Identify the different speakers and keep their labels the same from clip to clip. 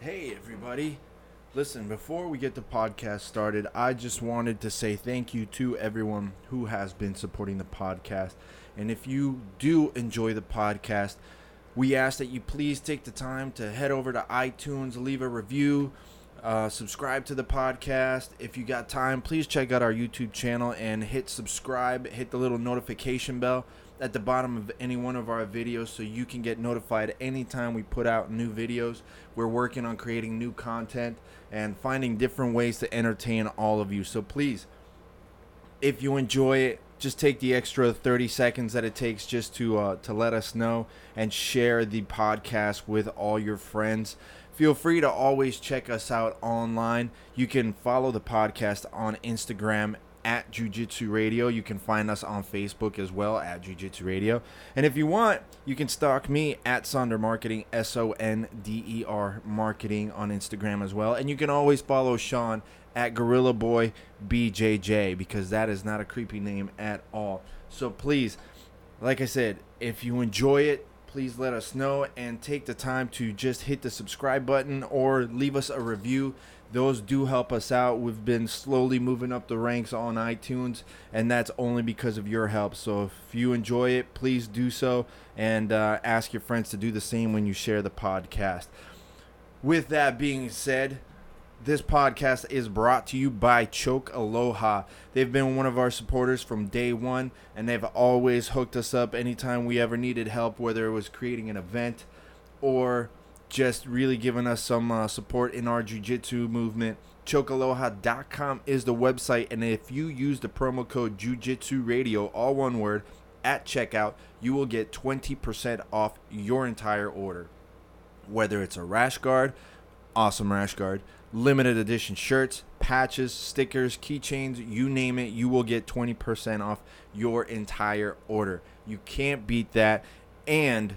Speaker 1: Hey, everybody. Listen, before we get the podcast started, I just wanted to say thank you to everyone who has been supporting the podcast. And if you do enjoy the podcast, we ask that you please take the time to head over to iTunes, leave a review, uh, subscribe to the podcast. If you got time, please check out our YouTube channel and hit subscribe, hit the little notification bell at the bottom of any one of our videos so you can get notified anytime we put out new videos. We're working on creating new content and finding different ways to entertain all of you. So please, if you enjoy it, just take the extra 30 seconds that it takes just to uh, to let us know and share the podcast with all your friends. Feel free to always check us out online. You can follow the podcast on Instagram at Jujitsu Radio. You can find us on Facebook as well at Jujitsu Radio. And if you want, you can stalk me at Sonder Marketing, S O N D E R Marketing on Instagram as well. And you can always follow Sean at Gorilla Boy BJJ because that is not a creepy name at all. So please, like I said, if you enjoy it, please let us know and take the time to just hit the subscribe button or leave us a review. Those do help us out. We've been slowly moving up the ranks on iTunes, and that's only because of your help. So if you enjoy it, please do so and uh, ask your friends to do the same when you share the podcast. With that being said, this podcast is brought to you by Choke Aloha. They've been one of our supporters from day one, and they've always hooked us up anytime we ever needed help, whether it was creating an event or just really giving us some uh, support in our jiu-jitsu movement chokealoha.com is the website and if you use the promo code jiu-jitsu radio all one word at checkout you will get 20% off your entire order whether it's a rash guard, awesome rash guard, limited edition shirts, patches, stickers, keychains, you name it, you will get 20% off your entire order. You can't beat that. And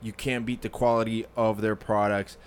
Speaker 1: you can't beat the quality of their products.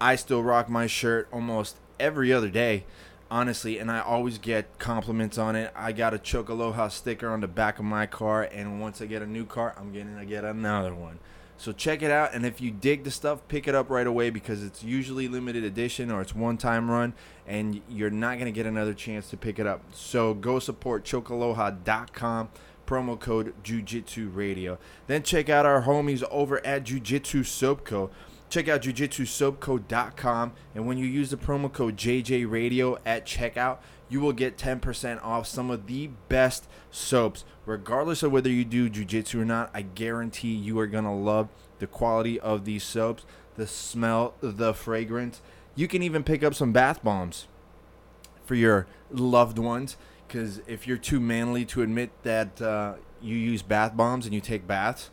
Speaker 1: I still rock my shirt almost every other day, honestly, and I always get compliments on it. I got a Choke Aloha sticker on the back of my car, and once I get a new car, I'm going to get another one. So check it out, and if you dig the stuff, pick it up right away because it's usually limited edition or it's one time run, and you're not going to get another chance to pick it up. So go support chokealoha.com, promo code Jujitsu Radio. Then check out our homies over at Jujitsu Soap Co. Check out jujitsusoapco.com, and when you use the promo code JJRadio at checkout, you will get 10% off some of the best soaps. Regardless of whether you do jujitsu or not, I guarantee you are going to love the quality of these soaps, the smell, the fragrance. You can even pick up some bath bombs for your loved ones because if you're too manly to admit that uh, you use bath bombs and you take baths,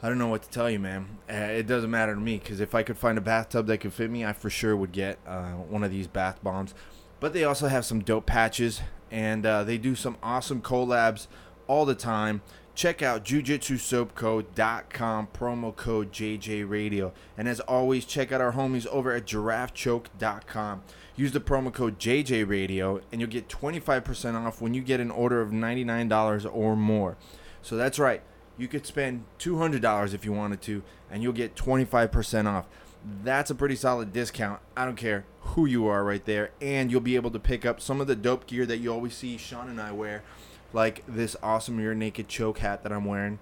Speaker 1: I don't know what to tell you, man. Uh, It doesn't matter to me because if I could find a bathtub that could fit me, I for sure would get uh, one of these bath bombs. But they also have some dope patches and uh, they do some awesome collabs all the time. Check out jujitsusoapco.com, promo code JJRadio. And as always, check out our homies over at giraffechoke.com. Use the promo code JJRadio and you'll get 25% off when you get an order of $99 or more. So that's right. You could spend $200 if you wanted to, and you'll get 25% off. That's a pretty solid discount. I don't care who you are right there. And you'll be able to pick up some of the dope gear that you always see Sean and I wear, like this awesome Rear Naked Choke hat that I'm wearing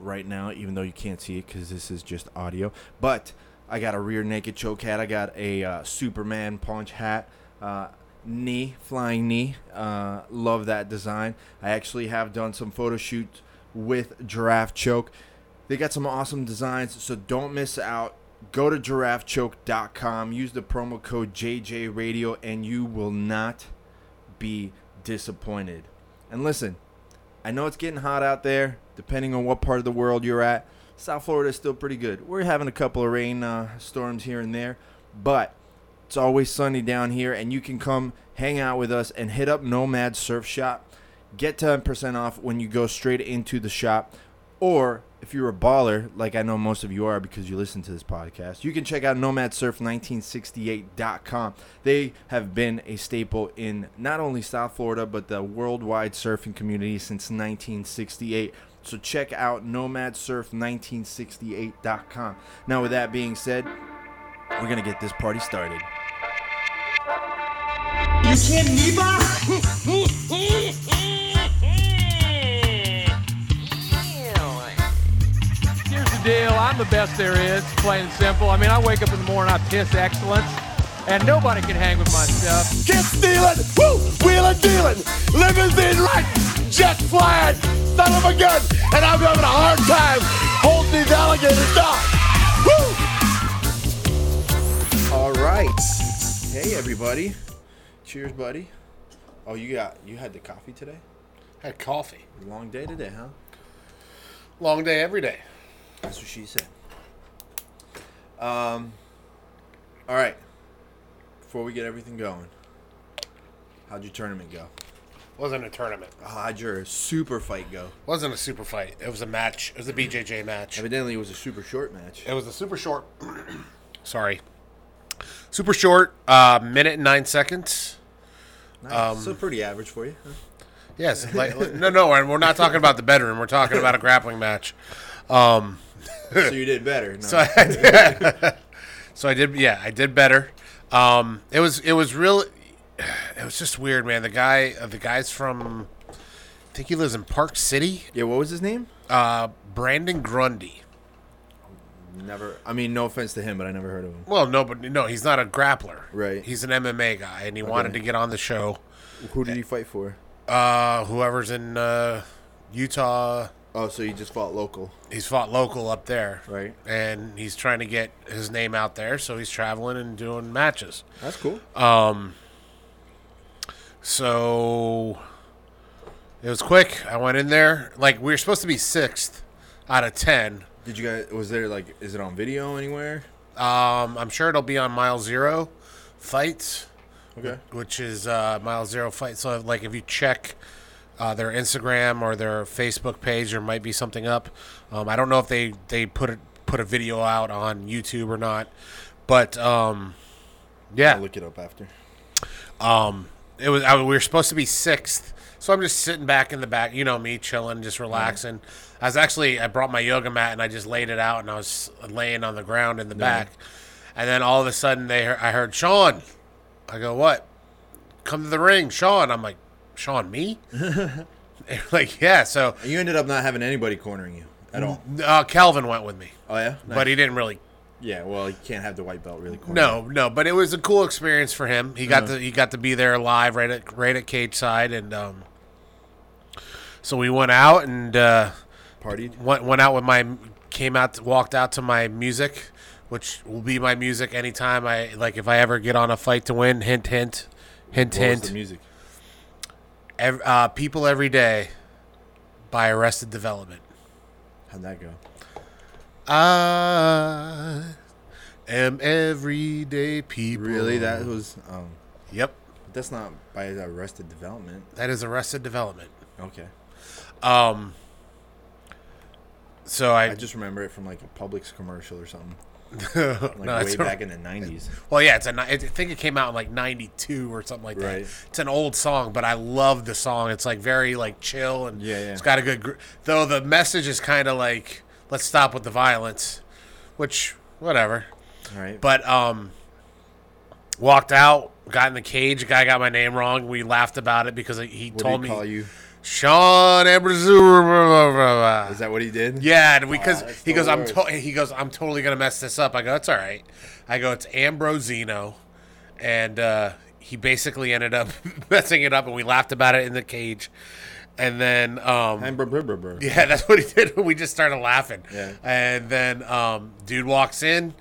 Speaker 1: right now, even though you can't see it because this is just audio. But I got a rear naked choke hat. I got a uh, Superman punch hat. Uh, knee, flying knee. Uh, love that design. I actually have done some photo shoots with Giraffe Choke. They got some awesome designs, so don't miss out. Go to giraffechoke.com, use the promo code JJRadio, and you will not be disappointed. And listen, I know it's getting hot out there, depending on what part of the world you're at. South Florida is still pretty good. We're having a couple of rain uh, storms here and there, but it's always sunny down here, and you can come hang out with us and hit up Nomad Surf Shop. Get 10% off when you go straight into the shop. Or if you're a baller, like I know most of you are because you listen to this podcast, you can check out nomadsurf1968.com. They have been a staple in not only South Florida, but the worldwide surfing community since 1968. So check out nomadsurf1968.com. Now, with that being said, We're going to get this party started.
Speaker 2: You kidding me, Bob?
Speaker 3: Here's the deal. I'm the best there is, plain and simple. I mean, I wake up in the morning, I piss excellence, and nobody can hang with my stuff.
Speaker 4: Get stealing, woo, wheeling, dealing, limousine riding, jet flying, son of a gun, and I'm having a hard time holding these alligators down. Woo!
Speaker 1: All right. Hey, everybody. Cheers, buddy. Oh, you got you had the coffee today?
Speaker 4: Had coffee.
Speaker 1: Long day today, huh?
Speaker 4: Long day every day.
Speaker 1: That's what she said. Um, all right. Before we get everything going, how'd your tournament go?
Speaker 4: Wasn't a tournament.
Speaker 1: Ah, How'd your super fight go?
Speaker 4: Wasn't a super fight. It was a match. It was a BJJ match.
Speaker 1: Evidently, it was a super short match.
Speaker 4: It was a super short. sorry. Super short, uh, minute and nine seconds.
Speaker 1: Nice. so pretty average for you. huh?
Speaker 4: Yes, like, no, no, and we're not talking about the bedroom. We're talking about a grappling match. Um,
Speaker 1: so you did better. No.
Speaker 4: so I did, so I did, yeah, I did better. Um, it was, it was real. It was just weird, man. The guy, uh, the guy's from, I think he lives in Park City.
Speaker 1: yeah, what was his name?
Speaker 4: Uh, Brandon Grundy.
Speaker 1: Never. I mean, no offense to him, but I never heard of him.
Speaker 4: Well, no, but no, he's not a grappler.
Speaker 1: Right.
Speaker 4: He's an MMA guy, and he wanted to get on the show.
Speaker 1: Who did he fight for?
Speaker 4: Uh, whoever's in uh, Utah,
Speaker 1: Oh, so you just fought local.
Speaker 4: he's fought local up there,
Speaker 1: Right.
Speaker 4: And he's trying to get his name out there, so he's traveling and doing matches.
Speaker 1: That's cool.
Speaker 4: So it was quick. I went in there like we were supposed to be sixth out of ten.
Speaker 1: Did you guys? Was there like? Is it on video anywhere?
Speaker 4: Um, I'm sure it'll be on Mile Zero fights.
Speaker 1: Okay.
Speaker 4: which is uh, Mile Zero Fight. So, like, if you check uh, their Instagram or their Facebook page, there might be something up. Um, I don't know if they they put it, put a video out on YouTube or not, but um,
Speaker 1: I'll
Speaker 4: yeah,
Speaker 1: look it up after.
Speaker 4: um, it was. I, we were supposed to be sixth, so I'm just sitting back in the back, you know me, chilling, just relaxing. I was actually I brought my yoga mat and I just laid it out and I was laying on the ground in the back, and then all of a sudden they hear- I heard Sean. I go what? come to the ring, Sean. I'm like, Sean, me? They're like, yeah. So
Speaker 1: You ended up not having anybody cornering you at all.
Speaker 4: uh, Calvin went with me,
Speaker 1: Oh yeah. Nice.
Speaker 4: but he didn't really.
Speaker 1: Yeah. Well, you can't have the white belt really corner.
Speaker 4: No, no. But it was a cool experience for him. He got to he got to be there live right at right at cage side, and um, so we went out and uh,
Speaker 1: Partied.
Speaker 4: went went out with my came out walked out to my music, which will be my music anytime I like if I ever get on a fight to win. Hint, hint, hint,
Speaker 1: What was
Speaker 4: hint.
Speaker 1: the music?
Speaker 4: Ev- uh, people every day by Arrested Development.
Speaker 1: How'd that go?
Speaker 4: I am everyday people.
Speaker 1: Really? That was. Um,
Speaker 4: Yep.
Speaker 1: that's not by Arrested Development.
Speaker 4: That is Arrested Development.
Speaker 1: Okay.
Speaker 4: Um. So I,
Speaker 1: I just remember it from like a Publix commercial or something.
Speaker 4: no,
Speaker 1: Like
Speaker 4: it's
Speaker 1: way
Speaker 4: a-
Speaker 1: back in the '90s.
Speaker 4: well, yeah, it's a. ni- I think it came out in like '92 or something like
Speaker 1: Right.
Speaker 4: that. It's an old song, but I love the song. It's like very like chill and
Speaker 1: Yeah, yeah.
Speaker 4: it's got a good. Gr- though the message is kind of like let's stop with the violence, which whatever.
Speaker 1: All right.
Speaker 4: But um, walked out, got in the cage. Guy got my name wrong. We laughed about it because he
Speaker 1: what
Speaker 4: told
Speaker 1: did he call
Speaker 4: me
Speaker 1: you?
Speaker 4: Sean Abrazur.
Speaker 1: Is that what he did?
Speaker 4: Yeah, and because
Speaker 1: that's
Speaker 4: he
Speaker 1: the
Speaker 4: goes, I'm
Speaker 1: worst.
Speaker 4: to- he goes, I'm totally gonna mess this up. I go, it's all right. I go, it's Ambrosino, and uh, he basically ended up messing it up, and we laughed about it in the cage, and then um,
Speaker 1: And br- br- br- br-
Speaker 4: yeah, that's what he did. We just started laughing.
Speaker 1: Yeah.
Speaker 4: And then um, dude walks in.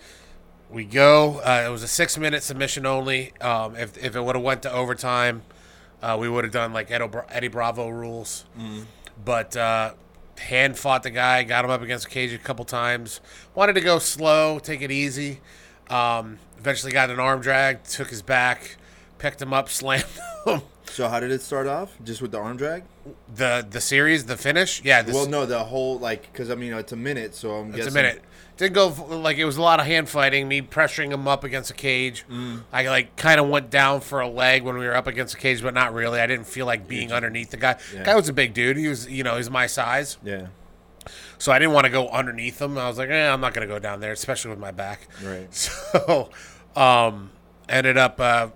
Speaker 4: We go. Uh, it was a six minute submission only. Um, if, if it would have went to overtime, uh, we would have done like Ed Obra- Eddie Bravo rules.
Speaker 1: Mm-hmm.
Speaker 4: But uh, hand fought the guy, got him up against the cage a couple times. Wanted to go slow, take it easy. Um, eventually got an arm drag, took his back, picked him up, slammed him.
Speaker 1: So how did it start off? Just with the arm drag?
Speaker 4: the the series, the finish. Yeah. This,
Speaker 1: Well, no, the whole like because I mean it's a minute, so I'm guessing
Speaker 4: It's a minute. Did go f- like it was a lot of hand fighting, me pressuring him up against a cage. I like kind of went down for a leg when we were up against a cage, but not really. I didn't feel like being underneath the guy.
Speaker 1: Yeah.
Speaker 4: Guy was a big dude. He was, you know, he's my size.
Speaker 1: Yeah.
Speaker 4: So I didn't want to go underneath them. I was like, eh, I'm not going to go down there, especially with my back.
Speaker 1: Right.
Speaker 4: So um, ended up, uh,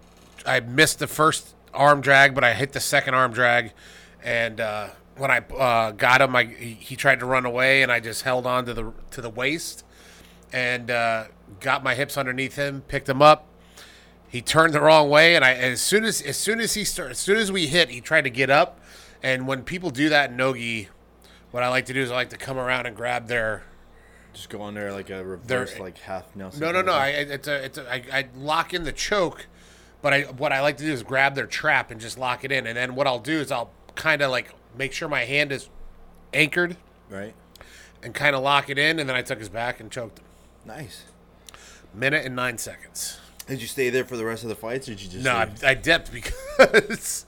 Speaker 4: I missed the first arm drag, but I hit the second arm drag. And uh, when I uh, got him, I, he he tried to run away, and I just held on to the to the waist and uh, got my hips underneath him, picked him up. He turned the wrong way, and I as soon as as soon as he started, as soon as we hit, he tried to get up. And when people do that in nogi, what I like to do is I like to come around and grab their
Speaker 1: Just go on there like a reverse, like half Nelson.
Speaker 4: no, no, no.
Speaker 1: Mandela.
Speaker 4: I, I- it's a, it's a, I, I lock in the choke, but I what I like to do is grab their trap and just lock it in. And then what I'll do is I'll kind of like make sure my hand is anchored
Speaker 1: right.
Speaker 4: and kind of lock it in. And then I took his back and choked him.
Speaker 1: Nice.
Speaker 4: Minute and nine seconds.
Speaker 1: Did you stay there for the rest of the fights, or did you just?
Speaker 4: No, I,
Speaker 1: leave?
Speaker 4: I dipped because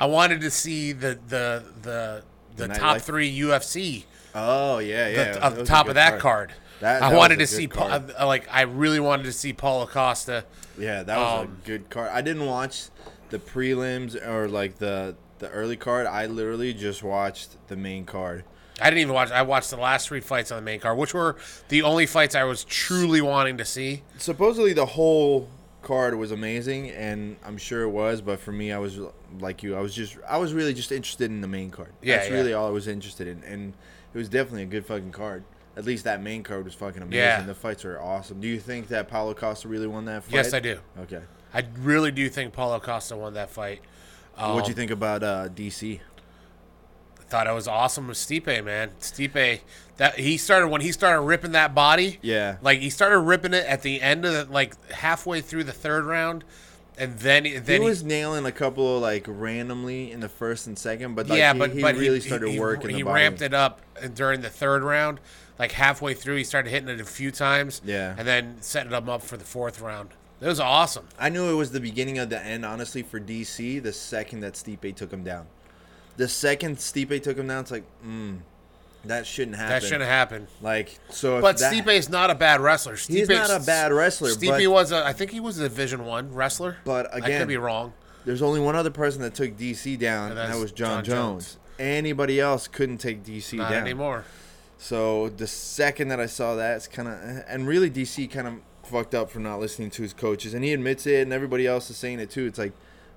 Speaker 4: I wanted to see the the the the,
Speaker 1: The
Speaker 4: top
Speaker 1: nightlife?
Speaker 4: three UFC
Speaker 1: Oh yeah, yeah.
Speaker 4: the,
Speaker 1: that
Speaker 4: of the
Speaker 1: was a
Speaker 4: top
Speaker 1: good
Speaker 4: of that
Speaker 1: card.
Speaker 4: card.
Speaker 1: That- that
Speaker 4: I
Speaker 1: was
Speaker 4: wanted
Speaker 1: a
Speaker 4: to see
Speaker 1: good
Speaker 4: Pa-
Speaker 1: card.
Speaker 4: uh, like I really wanted to see Paul Acosta.
Speaker 1: Yeah, that was
Speaker 4: Um,
Speaker 1: a good card. I didn't watch the prelims or like the the early card. I literally just watched the main card.
Speaker 4: I didn't even watch. I watched the last three fights on the main card, which were the only fights I was truly wanting to see.
Speaker 1: Supposedly the whole card was amazing, and I'm sure it was. But for me, I was like you. I was just I was really just interested in the main card.
Speaker 4: Yeah,
Speaker 1: that's
Speaker 4: yeah.
Speaker 1: really all I was interested in, and it was definitely a good fucking card. At least that main card was fucking amazing.
Speaker 4: Yeah.
Speaker 1: The fights are awesome. Do you think that Paulo Costa really won that fight?
Speaker 4: Yes, I do.
Speaker 1: Okay.
Speaker 4: I really do think Paulo Acosta won that fight. Um,
Speaker 1: What'd you think about uh, DC?
Speaker 4: I thought it was awesome with Stipe, man. Stipe, that he started when he started ripping that body.
Speaker 1: Yeah.
Speaker 4: like he started ripping it at the end of the, like halfway through the third round, and then then
Speaker 1: he was nailing a couple of like randomly in the first and second, but like,
Speaker 4: yeah,
Speaker 1: he,
Speaker 4: but
Speaker 1: he
Speaker 4: but
Speaker 1: really started
Speaker 4: he,
Speaker 1: working.
Speaker 4: He
Speaker 1: the body.
Speaker 4: ramped it up during the third round. Like halfway through, he started hitting it a few times.
Speaker 1: Yeah.
Speaker 4: and then setting him up for the fourth round. It was awesome.
Speaker 1: I knew it was the beginning of the end, honestly, for DC. The second that Stipe took him down, the second Stipe took him down, it's like, mm, that shouldn't happen.
Speaker 4: That shouldn't have happened.
Speaker 1: Like so, if
Speaker 4: But
Speaker 1: that,
Speaker 4: Stipe is not a bad wrestler. Stipe,
Speaker 1: he's not a bad wrestler.
Speaker 4: Stipe
Speaker 1: but
Speaker 4: was a, I think he was a Division One wrestler.
Speaker 1: But
Speaker 4: I
Speaker 1: again-
Speaker 4: could be wrong.
Speaker 1: there's only one other person that took DC down, and,
Speaker 4: And
Speaker 1: that
Speaker 4: that's
Speaker 1: was John,
Speaker 4: John
Speaker 1: Jones.
Speaker 4: Jones.
Speaker 1: Anybody else couldn't take DC
Speaker 4: Not
Speaker 1: down
Speaker 4: anymore.
Speaker 1: So the second that I saw that, it's kind of and really DC kind of fucked up for not listening to his coaches, and he admits it, and everybody else is saying it too. It's like,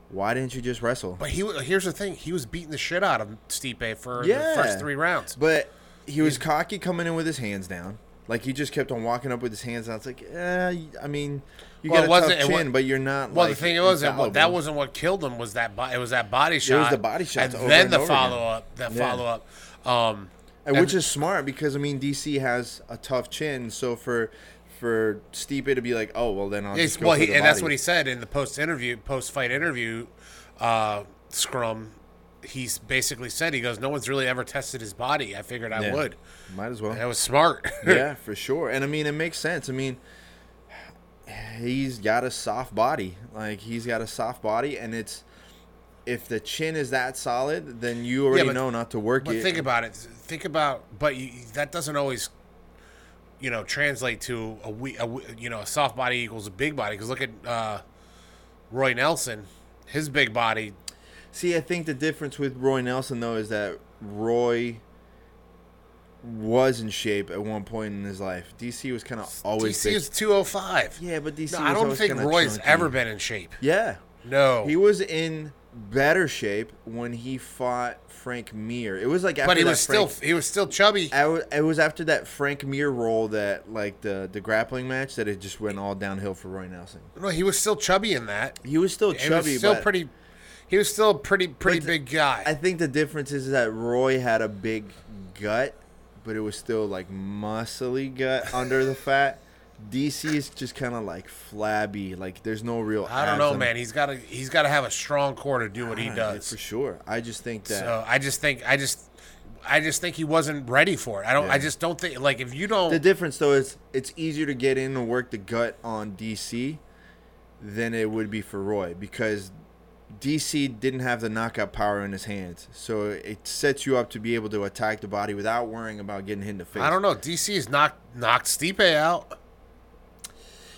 Speaker 1: why didn't you just wrestle?
Speaker 4: But he wa- here's the thing: he was beating the shit out of Stipe for
Speaker 1: Yeah.
Speaker 4: the first three rounds.
Speaker 1: But he was cocky coming in with his hands down. Like he just kept on walking up with his hands down. It's like, eh, I mean, you
Speaker 4: Well,
Speaker 1: got
Speaker 4: it
Speaker 1: a
Speaker 4: wasn't-
Speaker 1: tough
Speaker 4: it
Speaker 1: chin,
Speaker 4: wa-
Speaker 1: but you're not.
Speaker 4: Well,
Speaker 1: like,
Speaker 4: the thing was that
Speaker 1: infallible.
Speaker 4: what, that wasn't what killed him. Was that bo- it was that body shot?
Speaker 1: the body shots
Speaker 4: and
Speaker 1: over
Speaker 4: then
Speaker 1: and
Speaker 4: the
Speaker 1: over again.
Speaker 4: follow up. That
Speaker 1: Yeah.
Speaker 4: follow up. Um,
Speaker 1: And which is smart because I mean DC has a tough chin, so for for Stipe to be like, oh well, then I'll
Speaker 4: it's-
Speaker 1: just go
Speaker 4: well,
Speaker 1: for
Speaker 4: he,
Speaker 1: the
Speaker 4: and that's
Speaker 1: body."
Speaker 4: what he said in the post interview, post fight interview, uh, scrum. He's basically said he goes, "No one's really ever tested his body. I figured I
Speaker 1: Yeah.
Speaker 4: would.
Speaker 1: Might as well.
Speaker 4: That was smart.
Speaker 1: yeah, for sure. And I mean, it makes sense. I mean, he's got a soft body. Like he's got a soft body, and it's if the chin is that solid, then you already
Speaker 4: but-
Speaker 1: know not to work
Speaker 4: But
Speaker 1: it.
Speaker 4: think about it. Think about, but you, that doesn't always, you know, translate to a we, a we- you know, a soft body equals a big body. Because look at uh, Roy Nelson, his big body.
Speaker 1: See, I think the difference with Roy Nelson though is that Roy was in shape at one point in his life. DC was kind of always
Speaker 4: DC
Speaker 1: big.
Speaker 4: is two oh five.
Speaker 1: yeah, but DC.
Speaker 4: No,
Speaker 1: was
Speaker 4: I don't
Speaker 1: always
Speaker 4: think
Speaker 1: kinda
Speaker 4: Roy's
Speaker 1: chunky.
Speaker 4: ever been in shape.
Speaker 1: Yeah,
Speaker 4: No,
Speaker 1: he was in better shape when he fought Frank Mir. It was like after
Speaker 4: but he
Speaker 1: that
Speaker 4: was
Speaker 1: Frank,
Speaker 4: still he was still chubby.
Speaker 1: I wa- it was after that Frank Mir role that like the the grappling match that it just went all downhill for Roy Nelson.
Speaker 4: No, he was still chubby in that.
Speaker 1: He was still
Speaker 4: He
Speaker 1: chubby,
Speaker 4: was still
Speaker 1: but
Speaker 4: pretty. He was still a pretty pretty
Speaker 1: But
Speaker 4: big guy.
Speaker 1: I think the difference is that Roy had a big gut, but it was still like muscly gut under the fat. DC is just kind of like flabby, like there's no real.
Speaker 4: I, don't
Speaker 1: abs
Speaker 4: know,
Speaker 1: on-
Speaker 4: man. He's got to he's got to have a strong core to do what he
Speaker 1: Yeah,
Speaker 4: does.
Speaker 1: for sure. I just think Ah, that
Speaker 4: So I just think I just I just think he wasn't ready for it. I don't
Speaker 1: Yeah.
Speaker 4: I just don't think like if you don't
Speaker 1: The difference though is it's easier to get in and work the gut on DC than it would be for Roy because DC didn't have the knockout power in his hands. So it sets you up to be able to attack the body without worrying about getting hit in the face.
Speaker 4: I don't know, DC has knocked knocked Stipe out.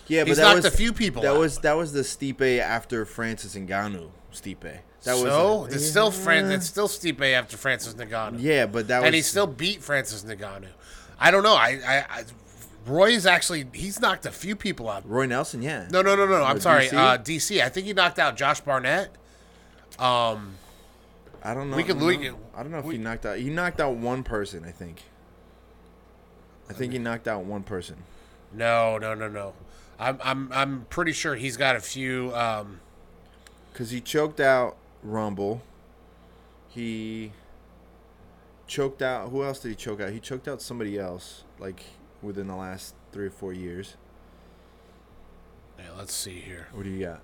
Speaker 1: Yeah,
Speaker 4: He's
Speaker 1: but that
Speaker 4: knocked
Speaker 1: was
Speaker 4: a few people
Speaker 1: That
Speaker 4: out.
Speaker 1: was that was the Stipe after Francis Ngannou Stipe. That was
Speaker 4: so it's still Fran. It's still Stipe after Francis Ngannou.
Speaker 1: yeah, but that
Speaker 4: and
Speaker 1: was
Speaker 4: he still beat Francis Ngannou. I don't know. I, I, I Roy is actually he's knocked a few people out.
Speaker 1: Roy Nelson. Yeah,
Speaker 4: No, no, no, no. I'm
Speaker 1: Or
Speaker 4: sorry.
Speaker 1: DC?
Speaker 4: Uh, DC. I think he knocked out Josh Barnett. Um,
Speaker 1: I don't know.
Speaker 4: we could
Speaker 1: I don't
Speaker 4: look
Speaker 1: know.
Speaker 4: at-
Speaker 1: I don't know if
Speaker 4: we-
Speaker 1: he knocked out. He knocked out one person, I think. I think he knocked out one person.
Speaker 4: no, no, no, no. I'm I'm I'm pretty sure he's got a few. Um,
Speaker 1: Because he choked out Rumble. He choked out. Who else did he choke out? He choked out somebody else, like within the last three or four years.
Speaker 4: yeah, let's see here.
Speaker 1: What do you got?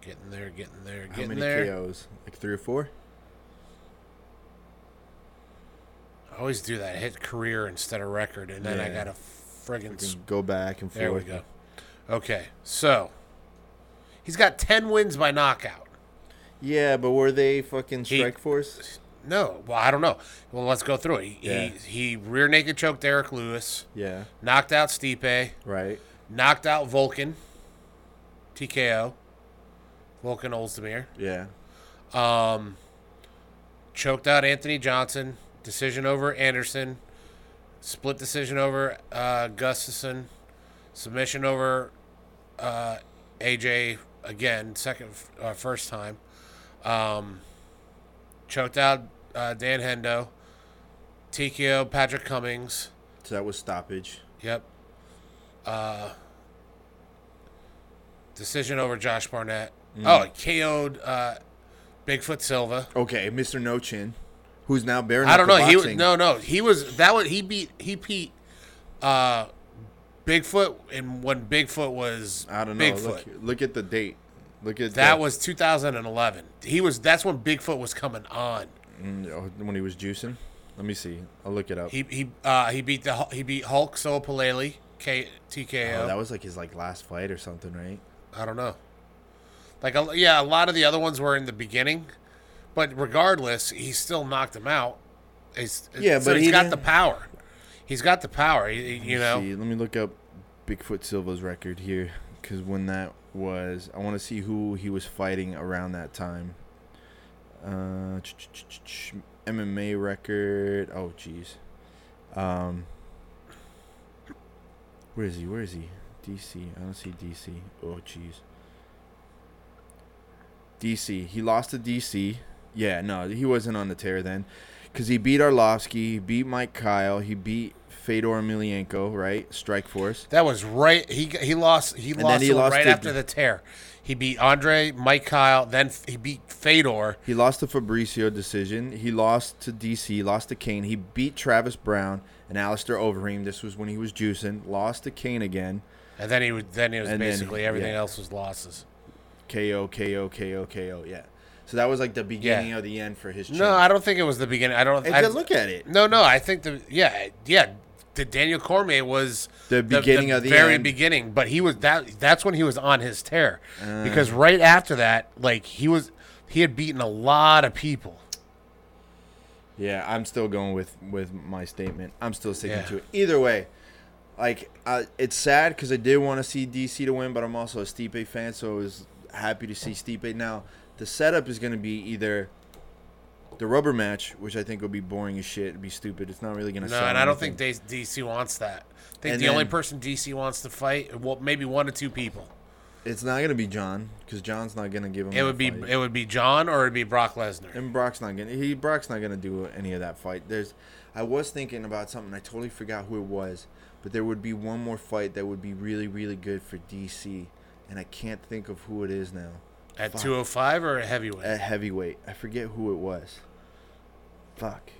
Speaker 4: Getting there, getting there,
Speaker 1: How
Speaker 4: getting
Speaker 1: many
Speaker 4: there.
Speaker 1: KOs? Like three or four?
Speaker 4: I always do that. Hit career instead of record, and then I
Speaker 1: Yeah.
Speaker 4: gotta friggin'
Speaker 1: Just go back and forth.
Speaker 4: There we go. Okay, so he's got ten wins by knockout.
Speaker 1: Yeah, but were they fucking
Speaker 4: He-
Speaker 1: Strike Force?
Speaker 4: No, well, I don't know. Well, let's go through it. He,
Speaker 1: Yeah.
Speaker 4: he, he rear naked choked Derek Lewis,
Speaker 1: Yeah.
Speaker 4: knocked out Stipe,
Speaker 1: Right.
Speaker 4: knocked out Vulcan, TKO, Vulcan Ozdemir,
Speaker 1: Yeah.
Speaker 4: um, choked out Anthony Johnson, decision over Anderson, split decision over uh, Gustafson, submission over uh, AJ again, second uh, first time, um, choked out uh, Dan Hendo, TKO Patrick Cummings.
Speaker 1: So that was stoppage.
Speaker 4: Yep. Uh, decision over Josh Barnett. Oh, it KO'd uh, Bigfoot Silva.
Speaker 1: Okay, Mr. No Chin, who's now bare.
Speaker 4: I don't know.
Speaker 1: knuckle
Speaker 4: He was
Speaker 1: boxing.
Speaker 4: no, no. He was that was he beat he beat uh, Bigfoot and when Bigfoot was
Speaker 1: I don't know.
Speaker 4: Bigfoot.
Speaker 1: Look, look at the date. Look at
Speaker 4: that
Speaker 1: the-
Speaker 4: was 2011. He was that's when Bigfoot was coming on.
Speaker 1: Mm, oh, when he was juicing. Let me see. I'll look it up.
Speaker 4: He he uh, he beat the Hul- he beat Hulk Soapalele K TKO.
Speaker 1: Oh, that was like his like last fight or something, right?
Speaker 4: I don't know. Like, a, yeah, a lot of the other ones were in the beginning, but regardless, he still knocked him out. He's,
Speaker 1: Yeah,
Speaker 4: so
Speaker 1: but
Speaker 4: he's
Speaker 1: he
Speaker 4: got
Speaker 1: didn't-
Speaker 4: the power. He's got the power. He, he- you know,
Speaker 1: See, let me look up Bigfoot Silva's record here, because when that was, I want to see who he was fighting around that time. Uh, ch- ch- ch- ch- MMA record. Oh, jeez. Um, where is he? Where is he? DC. I don't see DC. Oh, jeez. DC. He lost to DC. Yeah, no, he wasn't on the tear then. Because he beat Arlovsky, he beat Mike Kyle, he beat Fedor Emelianenko, right? Strike Force.
Speaker 4: that was right. He he lost. He
Speaker 1: then
Speaker 4: lost,
Speaker 1: he
Speaker 4: to-
Speaker 1: lost
Speaker 4: right
Speaker 1: to-
Speaker 4: after the tear. He beat Andre, Mike Kyle. Then f- he beat Fedor.
Speaker 1: He lost to Fabricio decision. He lost to DC, lost to Kane. He beat Travis Brown and Alistair Overeem. This was when he was juicing. Lost to Kane again.
Speaker 4: And then he was then it was
Speaker 1: And then-
Speaker 4: basically everything
Speaker 1: yeah.
Speaker 4: else was losses.
Speaker 1: KO, KO, KO, KO. Yeah. So that was like the beginning of the end for his chin.
Speaker 4: No, I don't think it was the beginning. I don't.
Speaker 1: Hey,
Speaker 4: I,
Speaker 1: then look at it.
Speaker 4: No, no. I think the yeah, yeah. The Daniel Cormier was
Speaker 1: The beginning of the
Speaker 4: very
Speaker 1: end.
Speaker 4: beginning, but he was that. That's when he was on his tear,
Speaker 1: Uh.
Speaker 4: because right after that, like he was, he had beaten a lot of people.
Speaker 1: Yeah, I'm still going with with my statement. I'm still sticking
Speaker 4: Yeah.
Speaker 1: to it. Either way, like I, it's sad because I did want to see DC to win, but I'm also a Stipe fan, so I was happy to see Stipe. Now the setup is going to be either the rubber match, which I think will be boring as shit. It'd be stupid. It's not really going to.
Speaker 4: No, and I don't think they- DC wants that. I think
Speaker 1: And
Speaker 4: the only
Speaker 1: then-
Speaker 4: person DC wants to fight, well, maybe one or two people.
Speaker 1: it's not going to be John because John's not going to give him.
Speaker 4: It
Speaker 1: that
Speaker 4: would be
Speaker 1: fight.
Speaker 4: it would be John or it'd be Brock Lesnar.
Speaker 1: And Brock's not gonna he Brock's not gonna do any of that fight. There's I was thinking about something, I totally forgot who it was, but there would be one more fight that would be really, really good for DC, and I can't think of who it is now.
Speaker 4: At 205 or a heavyweight?
Speaker 1: At heavyweight. I forget who it was. Fuck.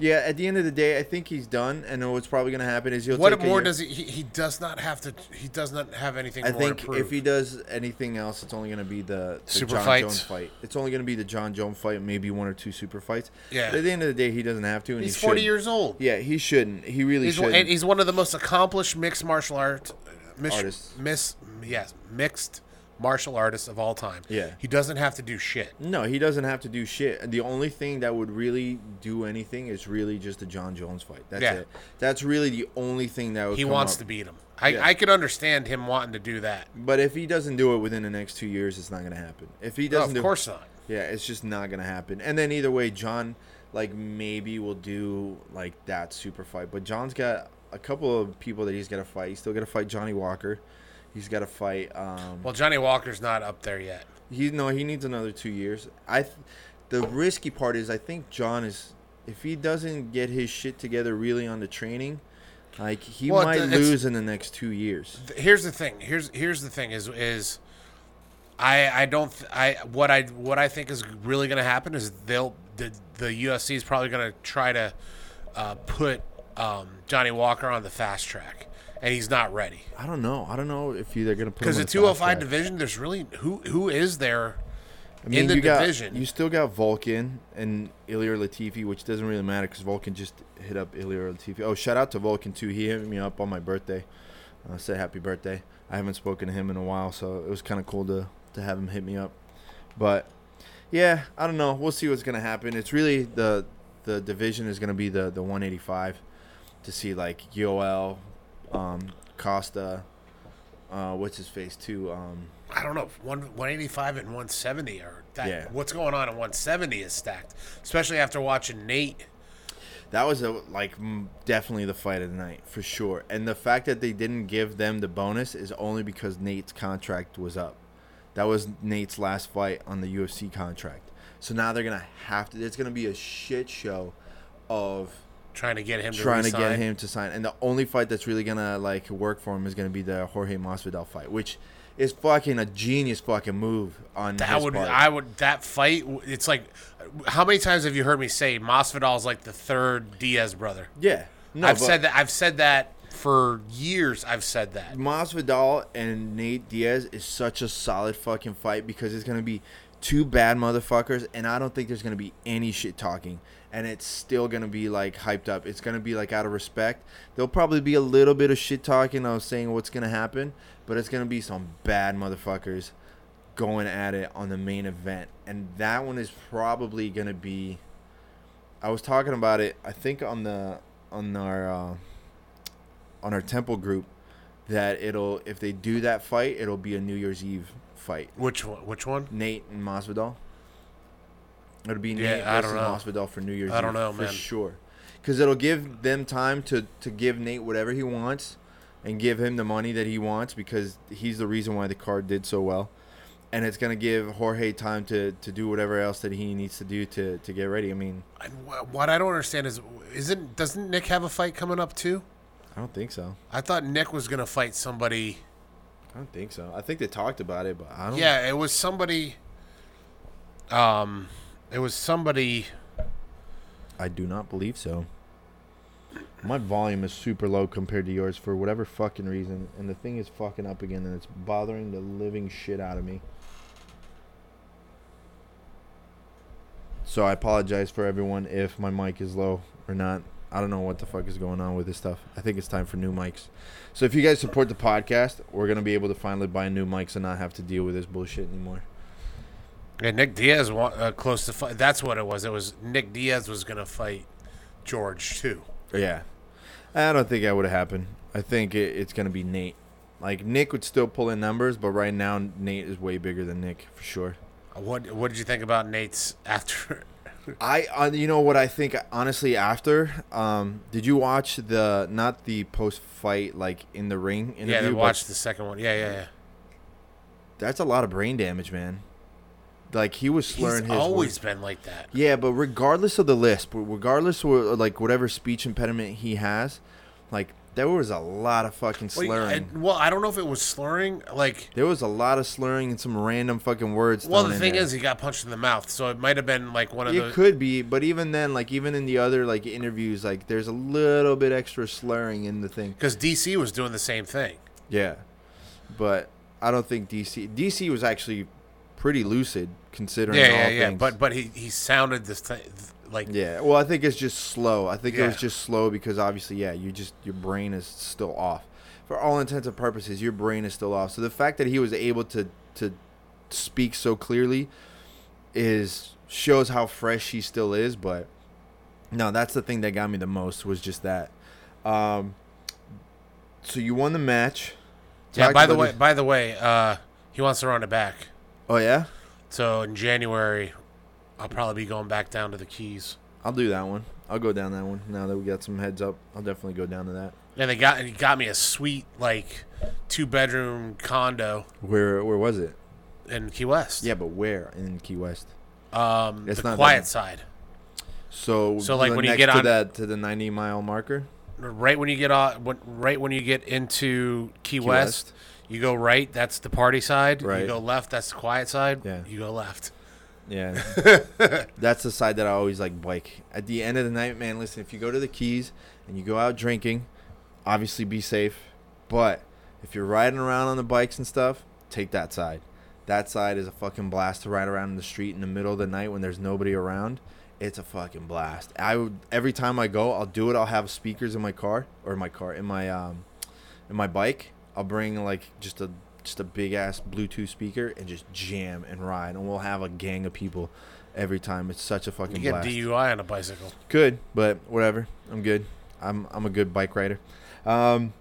Speaker 1: Yeah, at the end of the day, I think he's done, and what's probably gonna happen is he'll
Speaker 4: what
Speaker 1: take a
Speaker 4: more
Speaker 1: year-
Speaker 4: does he, he? He does not have to. He does not have anything.
Speaker 1: I
Speaker 4: more
Speaker 1: think
Speaker 4: to prove.
Speaker 1: if he does anything else, it's only going to be the, the
Speaker 4: Super
Speaker 1: John
Speaker 4: fights.
Speaker 1: Jones fight. It's only going to be the John Jones fight, maybe one or two super fights.
Speaker 4: Yeah.
Speaker 1: But at the end of the day, he doesn't have to. And
Speaker 4: he's
Speaker 1: he
Speaker 4: 40
Speaker 1: shouldn't.
Speaker 4: years old.
Speaker 1: Yeah, he shouldn't. He really
Speaker 4: He's one,
Speaker 1: shouldn't.
Speaker 4: and he's uh, one of the most accomplished mixed martial arts mis,
Speaker 1: Artists.
Speaker 4: Miss, yes, mixed martial artists of all time.
Speaker 1: Yeah.
Speaker 4: He doesn't have to do shit.
Speaker 1: No, he doesn't have to do shit. The only thing that would really do anything is really just the John Jones fight. That's
Speaker 4: Yeah.
Speaker 1: it. That's really the only thing that would
Speaker 4: He
Speaker 1: come
Speaker 4: wants
Speaker 1: up.
Speaker 4: to beat him. I,
Speaker 1: Yeah.
Speaker 4: I could understand him wanting to do that.
Speaker 1: But if he doesn't do it within the next two years, it's not going to happen. If he
Speaker 4: No,
Speaker 1: doesn't,
Speaker 4: of
Speaker 1: do-
Speaker 4: course not.
Speaker 1: yeah, it's just not going to happen. And then either way, John, like maybe will do like that super fight. But John's got a couple of people that he's got to fight. He's still got to fight Johnny Walker. He's got to fight. Um,
Speaker 4: Well, Johnny Walker's not up there yet.
Speaker 1: He no, he needs another two years. I, th- the risky part is I think John is if he doesn't get his shit together really on the training, like he
Speaker 4: Well,
Speaker 1: might
Speaker 4: the- it's-
Speaker 1: lose in the next two years.
Speaker 4: Th- Here's the thing. Here's here's the thing is is I I don't th- I what I what I think is really going to happen is they'll the the UFC is probably going to try to uh, put um, Johnny Walker on the fast track, and he's not ready.
Speaker 1: I don't know. I don't know if you they're gonna put
Speaker 4: Because
Speaker 1: him
Speaker 4: the
Speaker 1: on fast
Speaker 4: 205
Speaker 1: track.
Speaker 4: division, there's really who who is there
Speaker 1: I mean,
Speaker 4: in the
Speaker 1: you got-
Speaker 4: division?
Speaker 1: You still got Vulcan and Ilir Latifi, which doesn't really matter because Vulcan just hit up Ilir Latifi. Oh, shout out to Vulcan too. He hit me up on my birthday. Uh, said happy birthday. I haven't spoken to him in a while, so it was kind of cool to to have him hit me up. But yeah, I don't know. We'll see what's gonna happen. It's really the the division is gonna be the the 185 to see like Yoel, um, Costa, uh, what's his face too. Um,
Speaker 4: I don't know, one, 185 and 170 are that,
Speaker 1: Yeah.
Speaker 4: what's going on at 170 is stacked, especially after watching Nate.
Speaker 1: That was a like m- definitely the fight of the night for sure. And the fact that they didn't give them the bonus is only because Nate's contract was up. That was Nate's last fight on the UFC contract. So now they're gonna have to. It's gonna be a shit show of
Speaker 4: Trying to get him to
Speaker 1: trying to
Speaker 4: resign.
Speaker 1: get him to sign. And the only fight that's really gonna like work for him is gonna be the Jorge Masvidal fight, which is fucking a genius fucking move on
Speaker 4: That
Speaker 1: his
Speaker 4: would
Speaker 1: part.
Speaker 4: I would that fight. w- It's like, how many times have you heard me say Masvidal's like the third Diaz brother?
Speaker 1: yeah. No,
Speaker 4: I've
Speaker 1: but-
Speaker 4: said that. I've said that for years. I've said that.
Speaker 1: Masvidal and Nate Diaz is such a solid fucking fight because it's gonna be two bad motherfuckers, and I don't think there's gonna be any shit talking, and it's still gonna be like hyped up. It's gonna be like out of respect. There'll probably be a little bit of shit talking of saying what's gonna happen, but it's gonna be some bad motherfuckers going at it on the main event, and that one is probably gonna be. I was talking about it. I think on the on our uh, on our temple group that it'll if they do that fight, it'll be a New Year's Eve fight.
Speaker 4: Which one? Which one?
Speaker 1: Nate and Masvidal. It'll be
Speaker 4: Yeah,
Speaker 1: Nate
Speaker 4: I
Speaker 1: versus
Speaker 4: don't
Speaker 1: Masvidal for New Year's.
Speaker 4: I don't
Speaker 1: Eve,
Speaker 4: know,
Speaker 1: for
Speaker 4: man.
Speaker 1: sure, because it'll give them time to to give Nate whatever he wants, and give him the money that he wants because he's the reason why the card did so well, and it's gonna give Jorge time to to do whatever else that he needs to do to to get ready. I mean,
Speaker 4: And wh- What I don't understand is, isn't doesn't Nick have a fight coming up too?
Speaker 1: I don't think so.
Speaker 4: I thought Nick was gonna fight somebody.
Speaker 1: I don't think so. I think they talked about it, but I don't.
Speaker 4: Yeah, it was somebody. Um, it was somebody.
Speaker 1: I do not believe so. My volume is super low compared to yours for whatever fucking reason, and the thing is fucking up again, and it's bothering the living shit out of me. So I apologize for everyone if my mic is low or not. I don't know what the fuck is going on with this stuff. I think it's time for new mics. So if you guys support the podcast, we're gonna be able to finally buy new mics and not have to deal with this bullshit anymore.
Speaker 4: Yeah, Nick Diaz wa- uh, close to fight. That's what it was. It was Nick Diaz was gonna fight George too.
Speaker 1: Yeah. I don't think that would have happened. I think it, it's going to be Nate. Like, Nick would still pull in numbers, but right now, Nate is way bigger than Nick, for sure.
Speaker 4: What What did you think about Nate's after?
Speaker 1: I, uh, you know what I think, honestly, after, um, did you watch the, not the post fight, like, in the ring interview?
Speaker 4: yeah, they
Speaker 1: but
Speaker 4: watched the second one. Yeah, yeah, yeah.
Speaker 1: That's a lot of brain damage, man. Like, he was slurring
Speaker 4: He's
Speaker 1: his
Speaker 4: always
Speaker 1: words.
Speaker 4: been like that.
Speaker 1: Yeah, but regardless of the lisp, regardless of, like, whatever speech impediment he has, like, there was a lot of fucking
Speaker 4: Well,
Speaker 1: slurring.
Speaker 4: I- well, I don't know if it was slurring. Like,
Speaker 1: There was a lot of slurring and some random fucking words.
Speaker 4: well,
Speaker 1: thrown
Speaker 4: the
Speaker 1: in
Speaker 4: thing
Speaker 1: there.
Speaker 4: is, he got punched in the mouth, so it might have been like one of
Speaker 1: it
Speaker 4: those.
Speaker 1: could be, but even then, like even in the other like interviews, like there's a little bit extra slurring in the thing.
Speaker 4: Because DC was doing the same thing.
Speaker 1: Yeah, but I don't think DC DC was actually pretty lucid considering.
Speaker 4: Yeah,
Speaker 1: all
Speaker 4: yeah, yeah.
Speaker 1: things.
Speaker 4: But but he he sounded this th- like
Speaker 1: yeah, well, I think it's just slow. I think it was
Speaker 4: Yeah.
Speaker 1: just slow because obviously, yeah, you just your brain is still off. for all intents and purposes, your brain is still off. So the fact that he was able to to speak so clearly is shows how fresh he still is. But no, that's the thing that got me the most was just that. Um, so you won the match.
Speaker 4: Yeah.
Speaker 1: Talked
Speaker 4: By the
Speaker 1: about
Speaker 4: way,
Speaker 1: this-
Speaker 4: by the way, uh, he wants to run it back.
Speaker 1: oh yeah,
Speaker 4: So in January, I'll probably be going back down to the Keys.
Speaker 1: I'll do that one. I'll go down that one. Now that we got some heads up, I'll definitely go down to that.
Speaker 4: And they got he got me a sweet like two bedroom condo
Speaker 1: Where where was it?
Speaker 4: in Key West.
Speaker 1: Yeah, but where in Key West?
Speaker 4: Um,
Speaker 1: It's
Speaker 4: the
Speaker 1: not
Speaker 4: quiet
Speaker 1: that-
Speaker 4: side.
Speaker 1: So
Speaker 4: So, like,
Speaker 1: the
Speaker 4: when you
Speaker 1: next
Speaker 4: get
Speaker 1: to
Speaker 4: on-
Speaker 1: that to the ninety mile marker,
Speaker 4: Right when you get on, when, right when you get into Key,
Speaker 1: West.
Speaker 4: West, you go right. That's the party side.
Speaker 1: Right.
Speaker 4: You go left. That's the quiet side.
Speaker 1: Yeah.
Speaker 4: You go left.
Speaker 1: yeah, that's the side that I always like bike. At the end of the night, man, listen, if you go to the Keys and you go out drinking, obviously be safe. But if you're riding around on the bikes and stuff, take that side. That side is a fucking blast to ride around in the street in the middle of the night when there's nobody around. It's a fucking blast. I would every time I go, I'll do it. I'll have speakers in my car or my car in my um in my bike. I'll bring like just a just a big ass Bluetooth speaker and just jam and ride, and we'll have a gang of people every time. It's such a fucking
Speaker 4: You get
Speaker 1: blast.
Speaker 4: DUI on a bicycle.
Speaker 1: Good, but whatever. I'm good. I'm I'm a good bike rider. Um,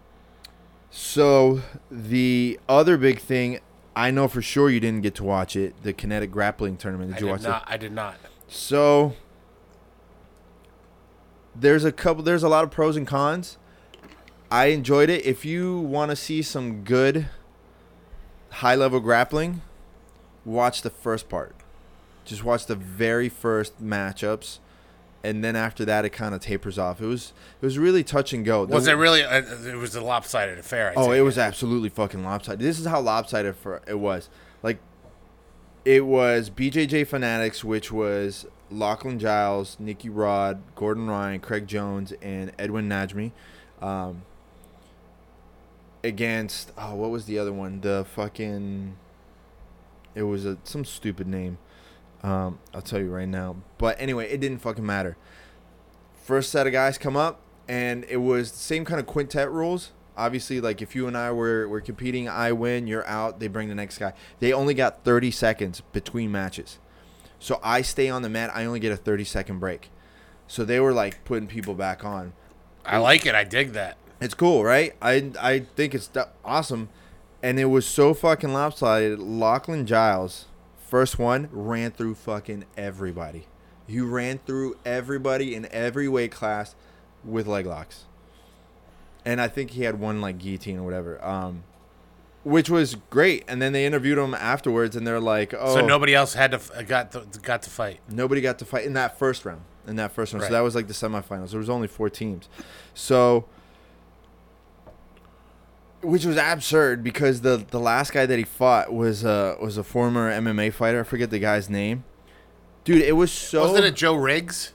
Speaker 1: so the other big thing, I know for sure you didn't get to watch it, the kinetic grappling tournament. Did
Speaker 4: I
Speaker 1: you watch
Speaker 4: did
Speaker 1: that?
Speaker 4: not. I did not.
Speaker 1: So there's a couple there's a lot of pros and cons. I enjoyed it. If you want to see some good high level grappling, watch the first part. Just watch the very first matchups and then after that it kind of tapers off. It was it was really touch and go.
Speaker 4: Was
Speaker 1: There-
Speaker 4: it really? uh, It was a lopsided affair. I
Speaker 1: Oh,
Speaker 4: take
Speaker 1: it was absolutely fucking lopsided. This is how lopsided for it was. Like, it was BJJ Fanatics, which was Lachlan Giles, Nikki Rod, Gordon Ryan, Craig Jones, and Edwin Najmi. Um, against oh, what was the other one? The fucking it was a some stupid name. Um, I'll tell you right now. But anyway, it didn't fucking matter. First set of guys come up, and it was the same kind of quintet rules. Obviously, like if you and I were, were competing, I win, you're out, they bring the next guy. They only got 30 seconds between matches. So I stay on the mat, I only get a 30 second break. So they were like putting people back on.
Speaker 4: I like it. I dig that.
Speaker 1: It's cool, right? I I think it's th- awesome, and it was so fucking lopsided. Lachlan Giles, first one, ran through fucking everybody. You ran through everybody in every weight class with leg locks, and I think he had one like guillotine or whatever, um, which was great. And then they interviewed him afterwards, and they're like, "Oh,
Speaker 4: So nobody else had to f- uh, got the, got to fight.
Speaker 1: nobody got to fight in that first round. In that first round,
Speaker 4: Right.
Speaker 1: so that was like the semifinals. There was only four teams, so which was absurd because the the last guy that he fought was uh was a former MMA fighter. I forget the guy's name. Dude, it was so.
Speaker 4: Wasn't it Joe Riggs?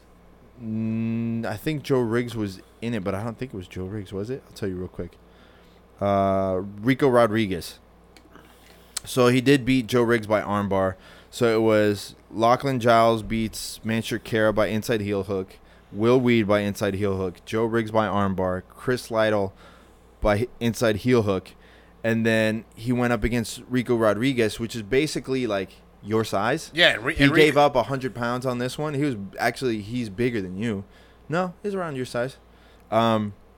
Speaker 1: Mm, I think Joe Riggs was in it, but I don't think it was Joe Riggs, was it? I'll tell you real quick. Uh, Rico Rodriguez. So he did beat Joe Riggs by armbar. So it was Lachlan Giles beats Manchur Kara by inside heel hook, Will Weed by inside heel hook, Joe Riggs by armbar, Chris Lytle by h- inside heel hook, and then he went up against Rico Rodriguez, which is basically like your size.
Speaker 4: Yeah. and Re-
Speaker 1: He
Speaker 4: and Re-
Speaker 1: gave up a hundred pounds on this one. He was actually he's bigger than you. No, he's around your size,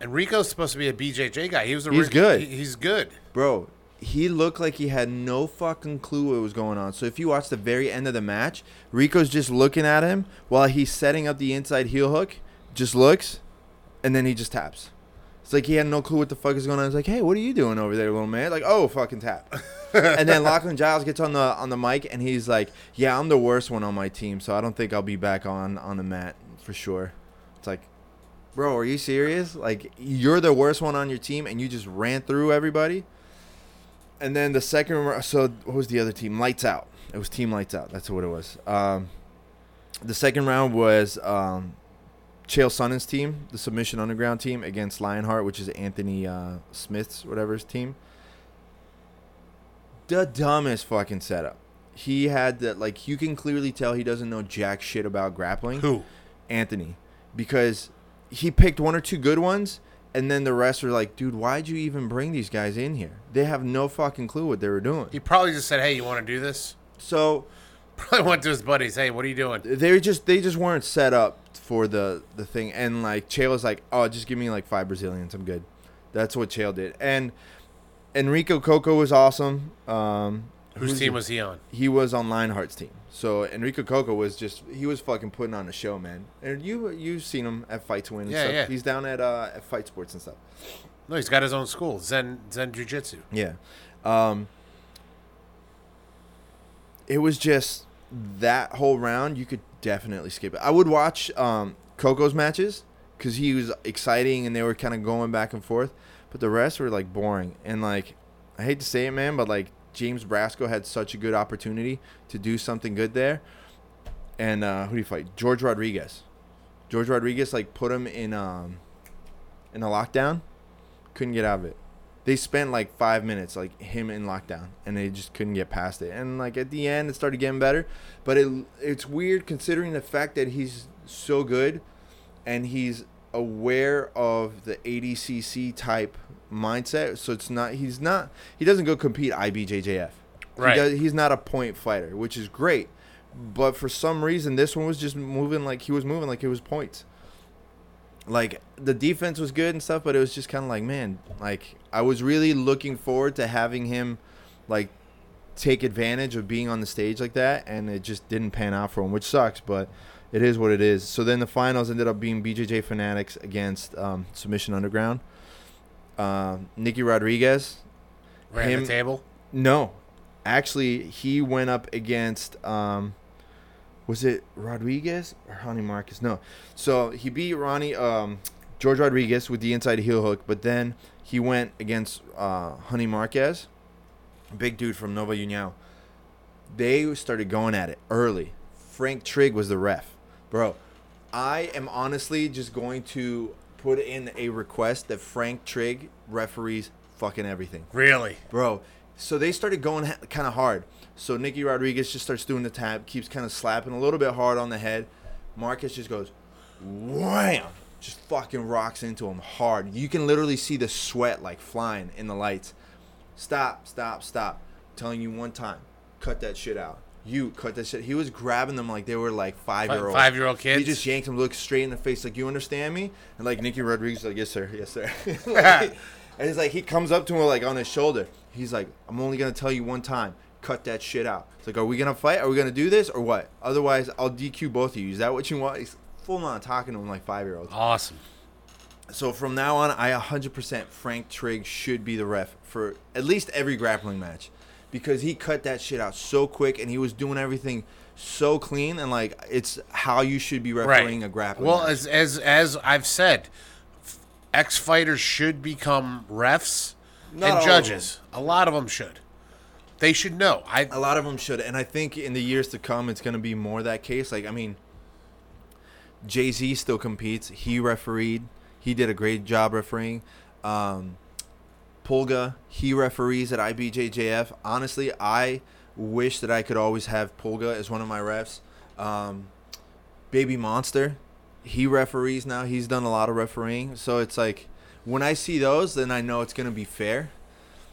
Speaker 4: Enrico's supposed to be a BJJ guy. He was a
Speaker 1: He's
Speaker 4: rig-
Speaker 1: good.
Speaker 4: he- he's good.
Speaker 1: bro. He looked like he had no fucking clue what was going on. So if you watch the very end of the match, Rico's just looking at him while he's setting up the inside heel hook. Just looks, and then he just taps. It's like he had no clue what the fuck is going on. It's like, hey, what are you doing over there, little man? Like, oh, fucking tap. and then Lachlan Giles gets on the on the mic and he's like, yeah, I'm the worst one on my team, so I don't think I'll be back on on the mat for sure. It's like, bro, are you serious? Like, you're the worst one on your team, and you just ran through everybody. And then the second, ro- so what was the other team? Lights out. It was Team Lights Out. That's what it was. Um, the second round was um, Chael Sonnen's team, the Submission Underground team, against Lionheart, which is Anthony uh, Smith's, whatever his team. The dumbest fucking setup. He had that, like, you can clearly tell he doesn't know jack shit about grappling.
Speaker 4: Who?
Speaker 1: Anthony because he picked one or two good ones And then the rest are like, dude, why'd you even bring these guys in here? They have no fucking clue what they were
Speaker 4: He
Speaker 1: doing.
Speaker 4: probably just said, "Hey, you want to do this?"
Speaker 1: So
Speaker 4: Probably went to his buddies. Hey, what are you doing?
Speaker 1: they just they just weren't set up for the the thing. And like Chael was like, oh, just give me like five Brazilians, I'm good. That's what Chael did. And Enrico Coco was awesome. Um,
Speaker 4: Whose team was he on?
Speaker 1: he was on Lionheart's team. So Enrico Coco was just he was fucking putting on a show, man. And you you've seen him at Fight to Win. And
Speaker 4: Yeah,
Speaker 1: stuff.
Speaker 4: yeah.
Speaker 1: He's down at uh at Fight Sports and stuff.
Speaker 4: No, he's got his own school, Zen Zen Jiu Jitsu.
Speaker 1: Yeah. Um It was just that whole round you could definitely skip it. I would watch um Coco's matches cuz he was exciting and they were kind of going back and forth, but the rest were like boring and like I hate to say it, man, but like James Brasco had such a good opportunity to do something good there. And uh, who do you fight? George Rodriguez. George Rodriguez like put him in um in a lockdown. Couldn't get out of it they spent like five minutes like him in lockdown and they just couldn't get past it and like at the end it started getting better but it it's weird considering the fact that he's so good and he's aware of the adcc type mindset so it's not he's not he doesn't go compete ibjjf
Speaker 4: Right.
Speaker 1: he does, he's not a point fighter which is great but for some reason this one was just moving like he was moving like it was points like the defense was good and stuff, but it was just kind of like, man, like I was really looking forward to having him like take advantage of being on the stage like that, and it just didn't pan out for him, which sucks, but it is what it is. So then the finals ended up being BJJ Fanatics against um, Submission Underground. Uh, Nicky Rodriguez,
Speaker 4: Ran
Speaker 1: Him-
Speaker 4: the table.
Speaker 1: no, actually he went up against um, was it Rodriguez or Ronnie Marcus? No. So he beat Ronnie um, George Rodriguez with the inside heel hook, but then he went against uh, Honey Marquez, big dude from Nova União. They started going at it early. Frank Trigg was the ref, bro. I am honestly just going to put in a request that Frank Trigg referees fucking everything
Speaker 4: Really?
Speaker 1: bro. So they started going ha- kind of hard. So Nicky Rodriguez just starts doing the tap, keeps kind of slapping a little bit hard on the head. Marcus just goes, wham, just fucking rocks into him hard. You can literally see the sweat like flying in the lights. Stop, stop, stop. telling you one time, cut that shit out. You cut that shit. He was grabbing them like they were like five year old
Speaker 4: five-year-old
Speaker 1: He
Speaker 4: kids?
Speaker 1: just yanked him, looked straight in the face, like you understand me. And like Nicky Rodriguez, is like yes sir, yes sir. Like, and it's like he comes up to him like on his shoulder. He's like, I'm only gonna tell you one time. Cut that shit out. It's like, are we gonna fight? Are we gonna do this or what? Otherwise, I'll DQ both of you. Is that what you want? He's full on talking to him like five year olds.
Speaker 4: Awesome.
Speaker 1: So from now on, I 100% Frank Trigg should be the ref for at least every grappling match because he cut that shit out so quick and he was doing everything so clean and like it's how you should be refereeing a grappling
Speaker 4: Well,
Speaker 1: match.
Speaker 4: as as as I've said, ex fighters should become refs
Speaker 1: Not all
Speaker 4: and
Speaker 1: of
Speaker 4: judges. A lot of them should. They should know. I
Speaker 1: a lot of them should and i think in the years to come it's going to be more that case like i mean jay-z still competes he refereed he did a great job refereeing um, pulga he referees at ibjjf honestly i wish that i could always have pulga as one of my refs um, baby monster he referees now he's done a lot of refereeing so it's like when i see those then i know it's going to be fair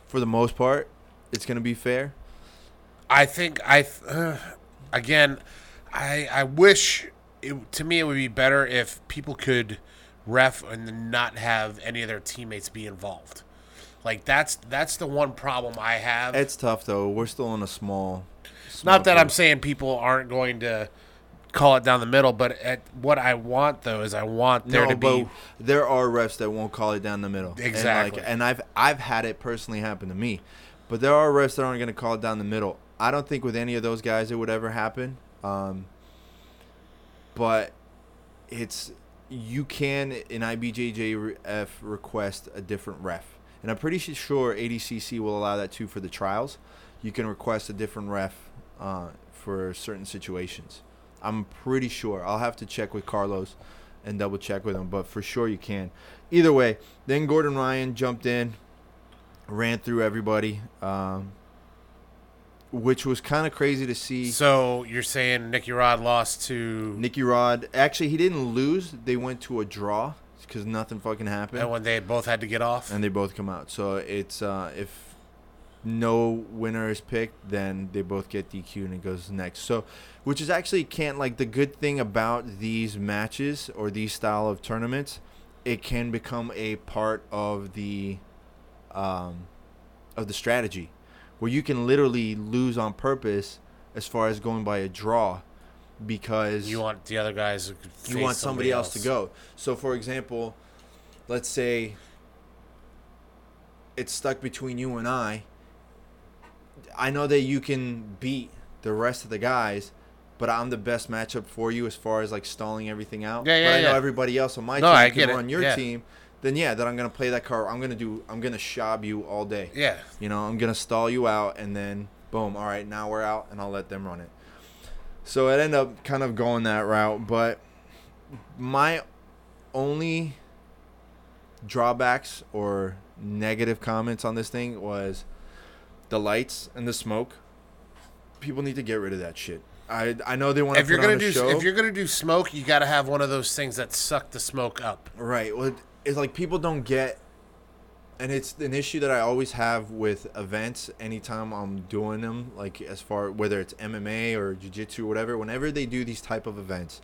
Speaker 1: for the most part it's going to be fair
Speaker 4: I think I th- uh, again, I I wish it, to me it would be better if people could ref and then not have any of their teammates be involved. Like that's that's the one problem I have.
Speaker 1: It's tough though. We're still in a small. small
Speaker 4: Not that I'm
Speaker 1: group.
Speaker 4: saying people aren't going to call it down the middle, but at what I want though is I want there
Speaker 1: no,
Speaker 4: to be
Speaker 1: but there are refs that won't call it down the middle. And,
Speaker 4: Exactly.
Speaker 1: like, and I've I've had it personally happen to me, but there are refs that aren't going to call it down the middle. I don't think with any of those guys it would ever happen. Um, but it's you can in IBJJF request a different ref, and I'm pretty su- sure ADCC will allow that too for the trials. You can request a different ref uh, for certain situations. I'm pretty sure. I'll have to check with Carlos and double check with him, but for sure you can. Either way, then Gordon Ryan jumped in, ran through everybody, um, which was kind of crazy to see.
Speaker 4: So you're saying Nicky Rod lost to
Speaker 1: Nicky Rod. Actually, he didn't lose. They went to a draw. because nothing fucking happened,
Speaker 4: And when they both had to get off,
Speaker 1: and they both come out. So it's uh, if no winner is picked, then they both get DQ and it goes next. So, which is actually can't like the good thing about these matches or these style of tournaments, it can become a part of the, um, of the strategy, where you can literally lose on purpose as far as going by a draw, because
Speaker 4: you want the other guys. to
Speaker 1: you
Speaker 4: face
Speaker 1: want somebody else to go. So, for example, let's say it's stuck between you and I. I know that you can beat the rest of the guys, but I'm the best matchup for you as far as like stalling everything out.
Speaker 4: Yeah, yeah,
Speaker 1: but I know
Speaker 4: yeah.
Speaker 1: everybody else on my
Speaker 4: No,
Speaker 1: team
Speaker 4: I
Speaker 1: can
Speaker 4: get it.
Speaker 1: run your
Speaker 4: Yeah.
Speaker 1: team. Then yeah, then I'm gonna play that card. I'm gonna do. I'm gonna shab you all day.
Speaker 4: Yeah,
Speaker 1: You know, I'm gonna stall you out, and then boom. All right, now we're out, and I'll let them run it. So it ended up kind of going that route, but my only drawbacks or negative comments on this thing was the lights and the smoke. People need to get rid of that shit. I I know they want to
Speaker 4: if
Speaker 1: put
Speaker 4: you're
Speaker 1: on
Speaker 4: gonna
Speaker 1: a
Speaker 4: do
Speaker 1: show.
Speaker 4: if you're gonna do smoke, you got to have one of those things that suck the smoke up.
Speaker 1: Right. Well, it's like people don't get, and it's an issue that I always have with events. Anytime I'm doing them, like as far whether it's MMA or jiu-jitsu or whatever, whenever they do these type of events,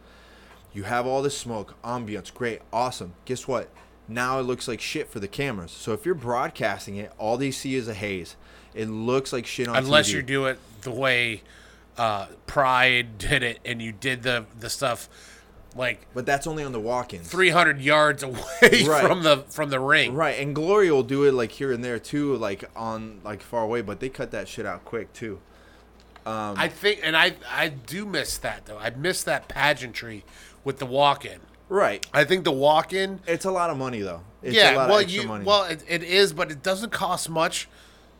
Speaker 1: you have all this smoke, ambiance, great, awesome. Guess what? Now it looks like shit for the cameras. So if you're broadcasting it, all they see is a haze. It looks like shit on
Speaker 4: unless
Speaker 1: TV.
Speaker 4: you do it the way uh, Pride did it, and you did the the stuff like
Speaker 1: But that's only on the walk-ins.
Speaker 4: 300 yards away
Speaker 1: Right.
Speaker 4: from the from the ring.
Speaker 1: Right, and Glory will do it like here and there too, like on like far away, but they cut that shit out quick too.
Speaker 4: I think, and I I do miss that though. I miss that pageantry with the walk in.
Speaker 1: Right.
Speaker 4: I think the walk in.
Speaker 1: It's a lot of money though. It's a
Speaker 4: yeah,
Speaker 1: lot
Speaker 4: well,
Speaker 1: of extra
Speaker 4: you
Speaker 1: money.
Speaker 4: well it, it is, but it doesn't cost much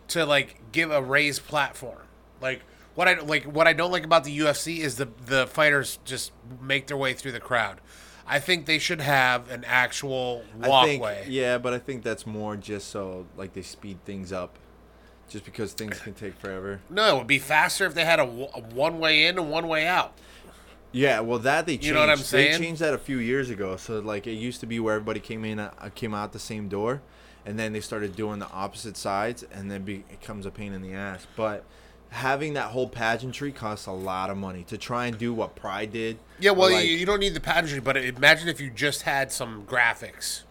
Speaker 4: to like give a raised platform. Like what I like what I don't like about the UFC is the the fighters just make their way through the crowd. I think they should have an actual
Speaker 1: I think,
Speaker 4: walkway.
Speaker 1: yeah, but I think that's more just so like they speed things up, just because things can take forever.
Speaker 4: No, it would be faster if they had a, w- a one way in and one way out.
Speaker 1: Yeah, well, that they changed.
Speaker 4: You know what I'm saying?
Speaker 1: They changed that a few years ago. So like it used to be where everybody came in, uh, came out the same door, and then they started doing the opposite sides, and then be, it becomes a pain in the ass. But having that whole pageantry costs a lot of money to try and do what Pride did.
Speaker 4: Yeah,
Speaker 1: or,
Speaker 4: well,
Speaker 1: like-
Speaker 4: you, you don't need the pageantry, but imagine if you just had some graphics.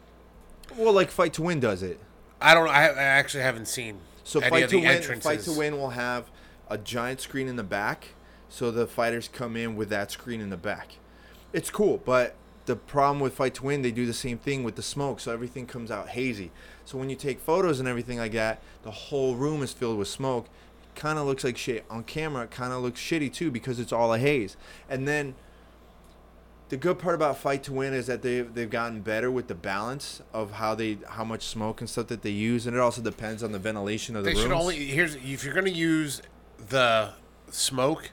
Speaker 1: well, like Fight to Win does it.
Speaker 4: I don't. I, I actually haven't seen
Speaker 1: So
Speaker 4: any
Speaker 1: fight
Speaker 4: of
Speaker 1: to
Speaker 4: the
Speaker 1: win.
Speaker 4: entrances.
Speaker 1: Fight to win will have a giant screen in the back, so the fighters come in with that screen in the back. It's cool, but the problem with fight to win, they do the same thing with the smoke, so everything comes out hazy. So when you take photos and everything like that, the whole room is filled with smoke. Kind of looks like shit on camera. It kind of looks shitty too because it's all a haze. And then the good part about fight to win is that they they've gotten better with the balance of how they how much smoke and stuff that they use, and it also depends on the ventilation of the
Speaker 4: They
Speaker 1: rooms.
Speaker 4: should only here's if you're gonna use the smoke,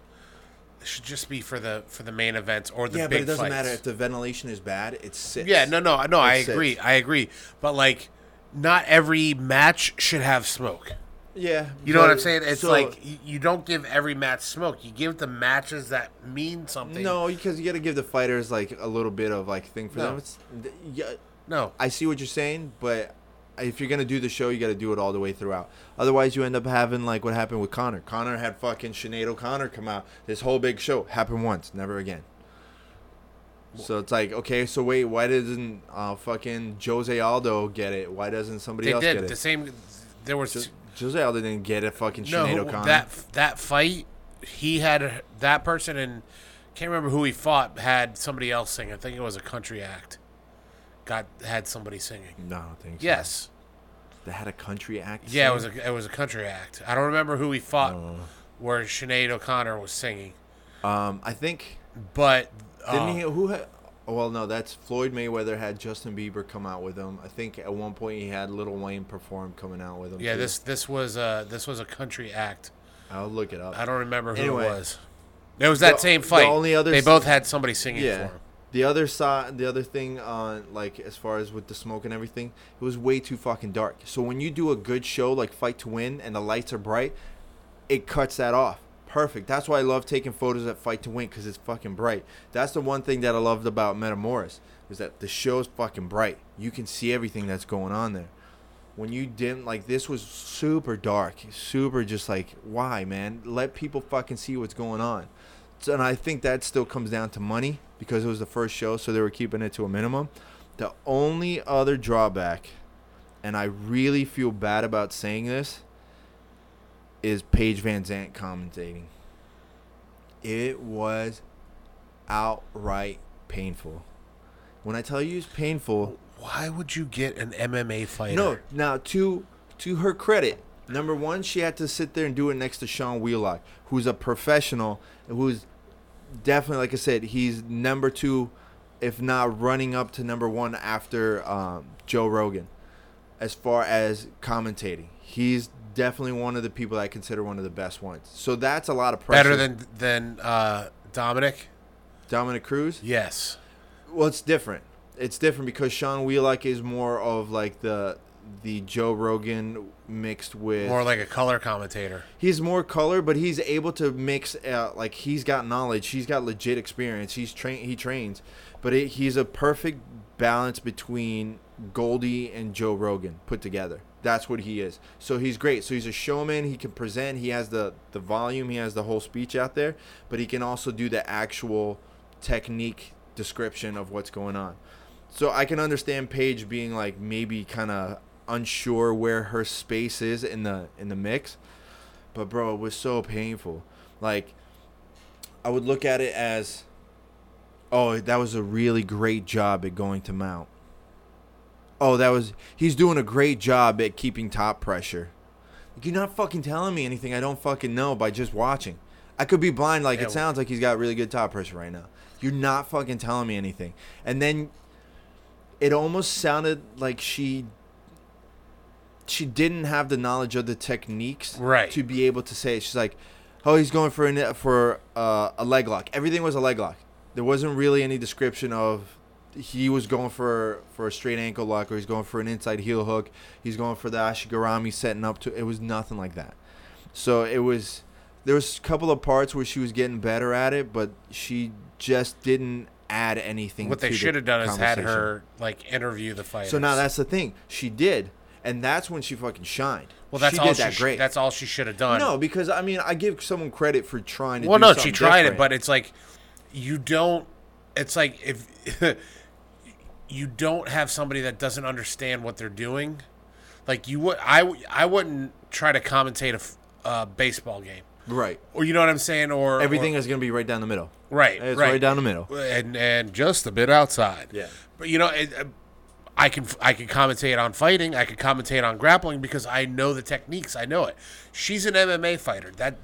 Speaker 4: it should just be for the for the main events or the
Speaker 1: yeah, but
Speaker 4: big
Speaker 1: it doesn't
Speaker 4: fights.
Speaker 1: matter if the ventilation is bad. It sits.
Speaker 4: yeah, no, no, no. I
Speaker 1: It's six.
Speaker 4: agree. I agree. But like, not every match should have smoke.
Speaker 1: Yeah,
Speaker 4: You know what
Speaker 1: but-
Speaker 4: I'm saying? It's
Speaker 1: so-
Speaker 4: like y- you don't give every match smoke. You give the matches that mean something.
Speaker 1: no, because you got to give the fighters like a little bit of like thing for
Speaker 4: No.
Speaker 1: them. It's, th- yeah,
Speaker 4: no.
Speaker 1: I see what you're saying, but if you're gonna do the show, you got to do it all the way throughout. Otherwise, you end up having like what happened with Connor. Connor had fucking Sinead O'Connor come out. This whole big show happened once, never again. So it's like, okay, so wait, why doesn't uh, fucking Jose Aldo get it? Why doesn't somebody
Speaker 4: They
Speaker 1: else
Speaker 4: did
Speaker 1: get
Speaker 4: the
Speaker 1: it?
Speaker 4: same. There was
Speaker 1: Jos- Jose Aldo didn't get it. Fucking
Speaker 4: no
Speaker 1: Sinead
Speaker 4: who-
Speaker 1: O'Connor.
Speaker 4: that that fight. He had that person and can't remember who he fought had somebody else sing. I think it was a country act. Got had somebody singing.
Speaker 1: no, I don't think so.
Speaker 4: Yes.
Speaker 1: They had a country act.
Speaker 4: Yeah, it
Speaker 1: sing?
Speaker 4: was a it was a country act. I don't remember who he fought
Speaker 1: Oh.
Speaker 4: where Sinead O'Connor was singing,
Speaker 1: Um, I think
Speaker 4: but.
Speaker 1: Didn't
Speaker 4: um,
Speaker 1: he? Who? Had, well, no, that's Floyd Mayweather had Justin Bieber come out with him. I think at one point he had Little Wayne perform coming out with him.
Speaker 4: Yeah,
Speaker 1: too.
Speaker 4: this this was a this was a country act.
Speaker 1: I'll look it up.
Speaker 4: I don't remember who
Speaker 1: Anyway.
Speaker 4: it was. It was that
Speaker 1: The-
Speaker 4: same
Speaker 1: the
Speaker 4: fight.
Speaker 1: only other
Speaker 4: they
Speaker 1: s-
Speaker 4: both had somebody singing
Speaker 1: yeah.
Speaker 4: for him.
Speaker 1: The other side, the other thing on like as far as with the smoke and everything, it was way too fucking dark. So when you do a good show like Fight to Win and the lights are bright, it cuts that off. Perfect. That's why I love taking photos at Fight to Win because it's fucking bright. That's the one thing that I loved about Metamoris is that the show's fucking bright. You can see everything that's going on there. When you didn't like this was super dark, super just like why, man? Let people fucking see what's going on. So, and I think that still comes down to money because it was the first show, so they were keeping it to a minimum. The only other drawback, and I really feel bad about saying this, is Paige Van Zant commentating. It was outright painful. When I tell you it's painful,
Speaker 4: Why would you get an MMA fighter?
Speaker 1: no. Now to to her credit, number one, she had to sit there and do it next to Sean Wheelock, who's a professional, who's definitely, like I said, he's number two, if not running up to number one after um, Joe Rogan, as far as commentating. He's definitely one of the people that I consider one of the best ones. So that's a lot of pressure.
Speaker 4: better than than uh, Dominic.
Speaker 1: Dominic Cruz.
Speaker 4: Yes,
Speaker 1: Well, it's different. It's different because Sean Wheelock is more of like the the Joe Rogan mixed with
Speaker 4: more like a color commentator.
Speaker 1: he's more color, but he's able to mix. Uh, like he's got knowledge, he's got legit experience. He's train, he trains, but it, he's a perfect balance between Goldie and Joe Rogan put together. That's what he is. So he's great. So he's a showman. He can present. He has the the volume. He has the whole speech out there, but he can also do the actual technique description of what's going on. So I can understand Paige being like maybe kind of unsure where her space is in the in the mix but bro, it was so painful. Like, I would look at it as, oh, that was a really great job at going to mount. Oh, that was he's doing a great job at keeping top pressure. Like, you're not fucking telling me anything I don't fucking know by just watching. I could be blind. Like
Speaker 4: Yeah,
Speaker 1: it
Speaker 4: well-
Speaker 1: sounds like he's got really good top pressure right now. You're not fucking telling me anything. And then it almost sounded like she she didn't have the knowledge of the techniques
Speaker 4: Right.
Speaker 1: to be able to say it. She's like, "Oh, he's going for a for uh, a leg lock." Everything was a leg lock. There wasn't really any description of he was going for for a straight ankle lock or he's going for an inside heel hook. He's going for the ashigarami setting up to. It was nothing like that. So it was there was a couple of parts where she was getting better at it, but she just didn't add anything.
Speaker 4: What they
Speaker 1: to the
Speaker 4: should have done is had
Speaker 1: conversation.
Speaker 4: her like interview the fighters.
Speaker 1: So now that's the thing. She did, and that's when she fucking shined.
Speaker 4: well, that's
Speaker 1: she
Speaker 4: all
Speaker 1: did
Speaker 4: she
Speaker 1: that
Speaker 4: sh-
Speaker 1: great.
Speaker 4: That's all she should have done.
Speaker 1: no, because I mean, I give someone credit for trying to.
Speaker 4: well,
Speaker 1: do
Speaker 4: no, she
Speaker 1: something
Speaker 4: tried it,
Speaker 1: different.
Speaker 4: but it's like you don't. It's like if you don't have somebody that doesn't understand what they're doing, like you would. I w- I wouldn't try to commentate a f- uh, baseball game,
Speaker 1: right,
Speaker 4: or you know what I'm saying, or
Speaker 1: everything
Speaker 4: or-
Speaker 1: is gonna be right down the middle.
Speaker 4: right,
Speaker 1: It's
Speaker 4: right,
Speaker 1: right down the middle.
Speaker 4: and and just a bit outside.
Speaker 1: Yeah.
Speaker 4: but you know, it, uh, I can I can commentate on fighting. I can commentate on grappling because I know the techniques. I know it. She's an MMA fighter. That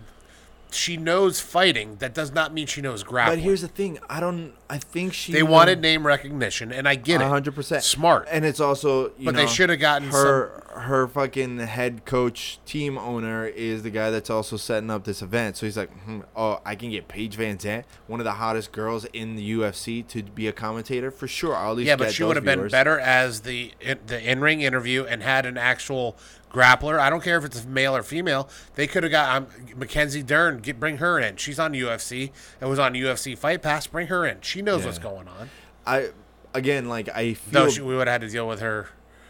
Speaker 4: she knows fighting. That does not mean she knows grappling.
Speaker 1: But here's the thing. I don't. I think she.
Speaker 4: they wanted name recognition, and I get it.
Speaker 1: hundred percent
Speaker 4: smart.
Speaker 1: and it's also. You
Speaker 4: But they
Speaker 1: know,
Speaker 4: should have gotten
Speaker 1: her. Her fucking head coach, team owner, is the guy that's also setting up this event. So he's like, hmm, "Oh, I can get Paige Van Zandt, one of the hottest girls in the UFC, to be a commentator for sure. I'll at least
Speaker 4: yeah, but
Speaker 1: get
Speaker 4: she
Speaker 1: those
Speaker 4: would have been
Speaker 1: viewers."
Speaker 4: better as the in, the in ring interview and had an actual grappler. I don't care if it's male or female. They could have got um, Mackenzie Dern. Get, bring her in. She's on UFC and was on UFC Fight Pass. Bring her in. She knows what's going on.
Speaker 1: I again like I feel
Speaker 4: No, she, we would have had to deal with her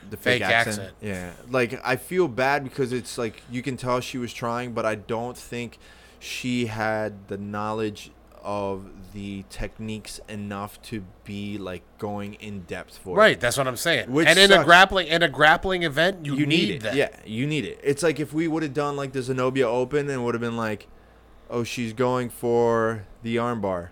Speaker 1: the
Speaker 4: fake, accent.
Speaker 1: Yeah, like I feel bad because it's like you can tell she was trying, but I don't think she had the knowledge of the techniques enough to be like going in depth for it.
Speaker 4: Right, that's what I'm saying.
Speaker 1: Which
Speaker 4: and in a
Speaker 1: sucks.
Speaker 4: grappling in a grappling event, you,
Speaker 1: You
Speaker 4: need,
Speaker 1: need, it.
Speaker 4: that.
Speaker 1: Yeah, you need it. It's like if we would have done like the Zenobia Open and would have been like, "Oh, she's going for the armbar,"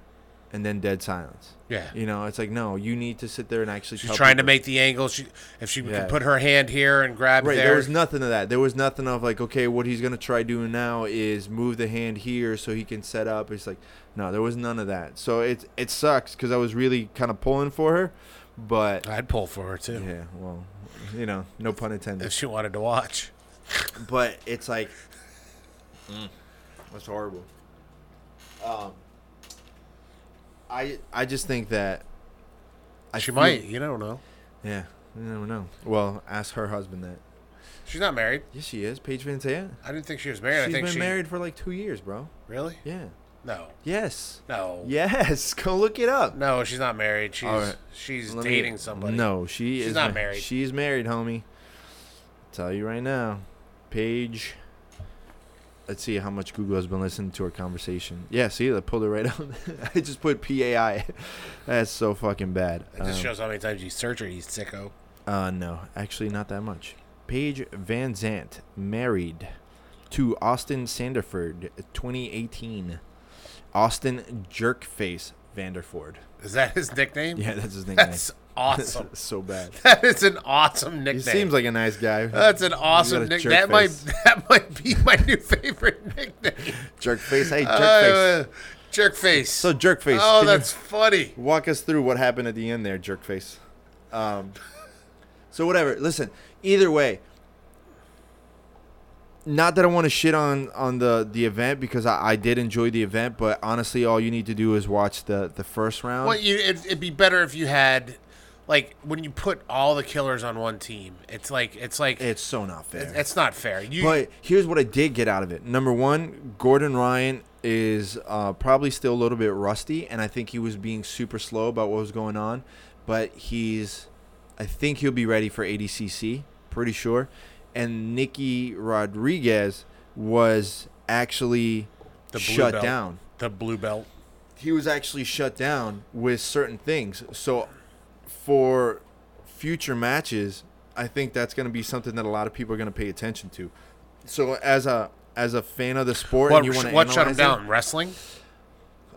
Speaker 1: and then dead silence.
Speaker 4: Yeah.
Speaker 1: You know, it's like no, you need to sit there and actually.
Speaker 4: She's
Speaker 1: tell
Speaker 4: trying to
Speaker 1: people.
Speaker 4: make the angle. She if she
Speaker 1: Yeah.
Speaker 4: could put her hand here and grab
Speaker 1: Right,
Speaker 4: there.
Speaker 1: there. was nothing of that. There was nothing of like, okay, what he's gonna try doing now is move the hand here so he can set up. It's like, no, there was none of that. So it it sucks because I was really kind of pulling for her, but
Speaker 4: I'd pull for her too
Speaker 1: yeah, well, you know, no pun
Speaker 4: if
Speaker 1: intended.
Speaker 4: she wanted to watch.
Speaker 1: But it's like,
Speaker 4: Mm.
Speaker 1: that's horrible. Um, I I just think that I
Speaker 4: she
Speaker 1: feel-
Speaker 4: might. You don't know.
Speaker 1: Yeah, you never know. Well, ask her husband that.
Speaker 4: She's not married.
Speaker 1: Yes, she is. Paige Van Zandt.
Speaker 4: I didn't think she was married.
Speaker 1: She's
Speaker 4: I think
Speaker 1: been
Speaker 4: she
Speaker 1: married for like two years, bro.
Speaker 4: Really?
Speaker 1: Yeah.
Speaker 4: No.
Speaker 1: Yes.
Speaker 4: No.
Speaker 1: Yes. Go look it up.
Speaker 4: No, she's not married. She's
Speaker 1: All right.
Speaker 4: she's
Speaker 1: Let me-
Speaker 4: dating somebody.
Speaker 1: No, she
Speaker 4: She's
Speaker 1: is
Speaker 4: not
Speaker 1: ma-
Speaker 4: married.
Speaker 1: She's married, homie. Tell you right now, Paige. Let's see how much Google has been listening to our conversation. Yeah, see, I pulled it right up. I just put PAI. That's so fucking bad.
Speaker 4: It just
Speaker 1: Um,
Speaker 4: shows how many times you search her, you sicko.
Speaker 1: Uh, no, actually, not that much. Paige Van Zant married to Austin Sanderford, 2018. Austin Jerkface Vanderford.
Speaker 4: Is that his nickname?
Speaker 1: Yeah, that's his nickname.
Speaker 4: That's awesome.
Speaker 1: so bad.
Speaker 4: that is an awesome nickname.
Speaker 1: He seems like a nice guy.
Speaker 4: that's an awesome
Speaker 1: got a
Speaker 4: nickname.
Speaker 1: jerk
Speaker 4: That might
Speaker 1: face.
Speaker 4: that might be my new favorite nickname.
Speaker 1: Jerkface. Hey, Jerkface.
Speaker 4: Uh, jerk face.
Speaker 1: so Jerkface.
Speaker 4: oh,
Speaker 1: can you
Speaker 4: that's funny.
Speaker 1: walk us through what happened at the end there, Jerkface. Um, so whatever. Listen, either way. Not that I want to shit on on the the event because I, I did enjoy the event, but honestly, all you need to do is watch the the first round.
Speaker 4: Well, you, it, it'd be better if you had, like, when you put all the killers on one team. It's like it's like it's,
Speaker 1: it's so not fair.
Speaker 4: not fair. You
Speaker 1: But here's what I did get out of it. Number one, Gordon Ryan is uh, probably still a little bit rusty, and I think he was being super slow about what was going on. But he's, I think he'll be ready for ADCC, pretty sure. And Nicky Rodriguez was actually
Speaker 4: the blue
Speaker 1: shut
Speaker 4: belt,
Speaker 1: down.
Speaker 4: The blue belt.
Speaker 1: He was actually shut down with certain things. So for future matches, I think that's going to be something that a lot of people are going to pay attention to. So as a as a fan of the sport, and
Speaker 4: What,
Speaker 1: you want to
Speaker 4: what shut him down? Wrestling.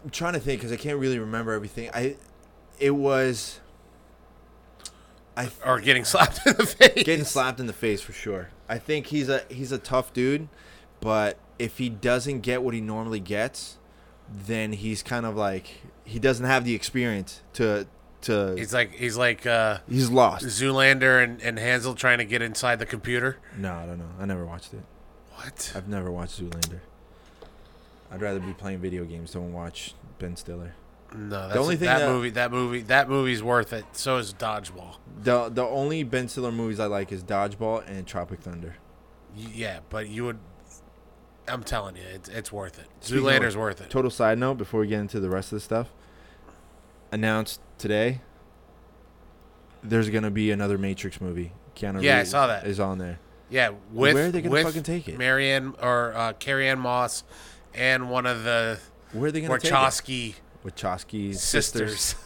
Speaker 1: I'm trying to think because I can't really remember everything. I it was
Speaker 4: or getting slapped in the face.
Speaker 1: getting slapped in the face for sure. I think he's a he's a tough dude, but if he doesn't get what he normally gets, then he's kind of like he doesn't have the experience to to
Speaker 4: He's like he's like uh,
Speaker 1: he's lost.
Speaker 4: Zoolander and, and Hansel trying to get inside the computer.
Speaker 1: No, I don't know. I never watched it.
Speaker 4: What?
Speaker 1: I've never watched Zoolander. I'd rather be playing video games than watch Ben Stiller.
Speaker 4: No, that's
Speaker 1: only thing
Speaker 4: that,
Speaker 1: that-
Speaker 4: movie that movie that movie's worth it. So is Dodgeball.
Speaker 1: The the only Ben Stiller movies I like is Dodgeball and Tropic Thunder.
Speaker 4: Y- Yeah, but you would. I'm telling you, it's it's worth it.
Speaker 1: Speaking of-
Speaker 4: Zoolander's worth it.
Speaker 1: Total side note before we get into the rest of the stuff. Announced today there's gonna be another Matrix movie. Keanu
Speaker 4: Yeah, I
Speaker 1: Reeves
Speaker 4: saw that.
Speaker 1: is on there.
Speaker 4: Yeah, with
Speaker 1: Where are they gonna
Speaker 4: with
Speaker 1: fucking take it?
Speaker 4: Marianne or uh, Carrie Ann Moss and one of the
Speaker 1: Where are they gonna take it?
Speaker 4: Wachowski
Speaker 1: Wachowski's sisters.
Speaker 4: sisters.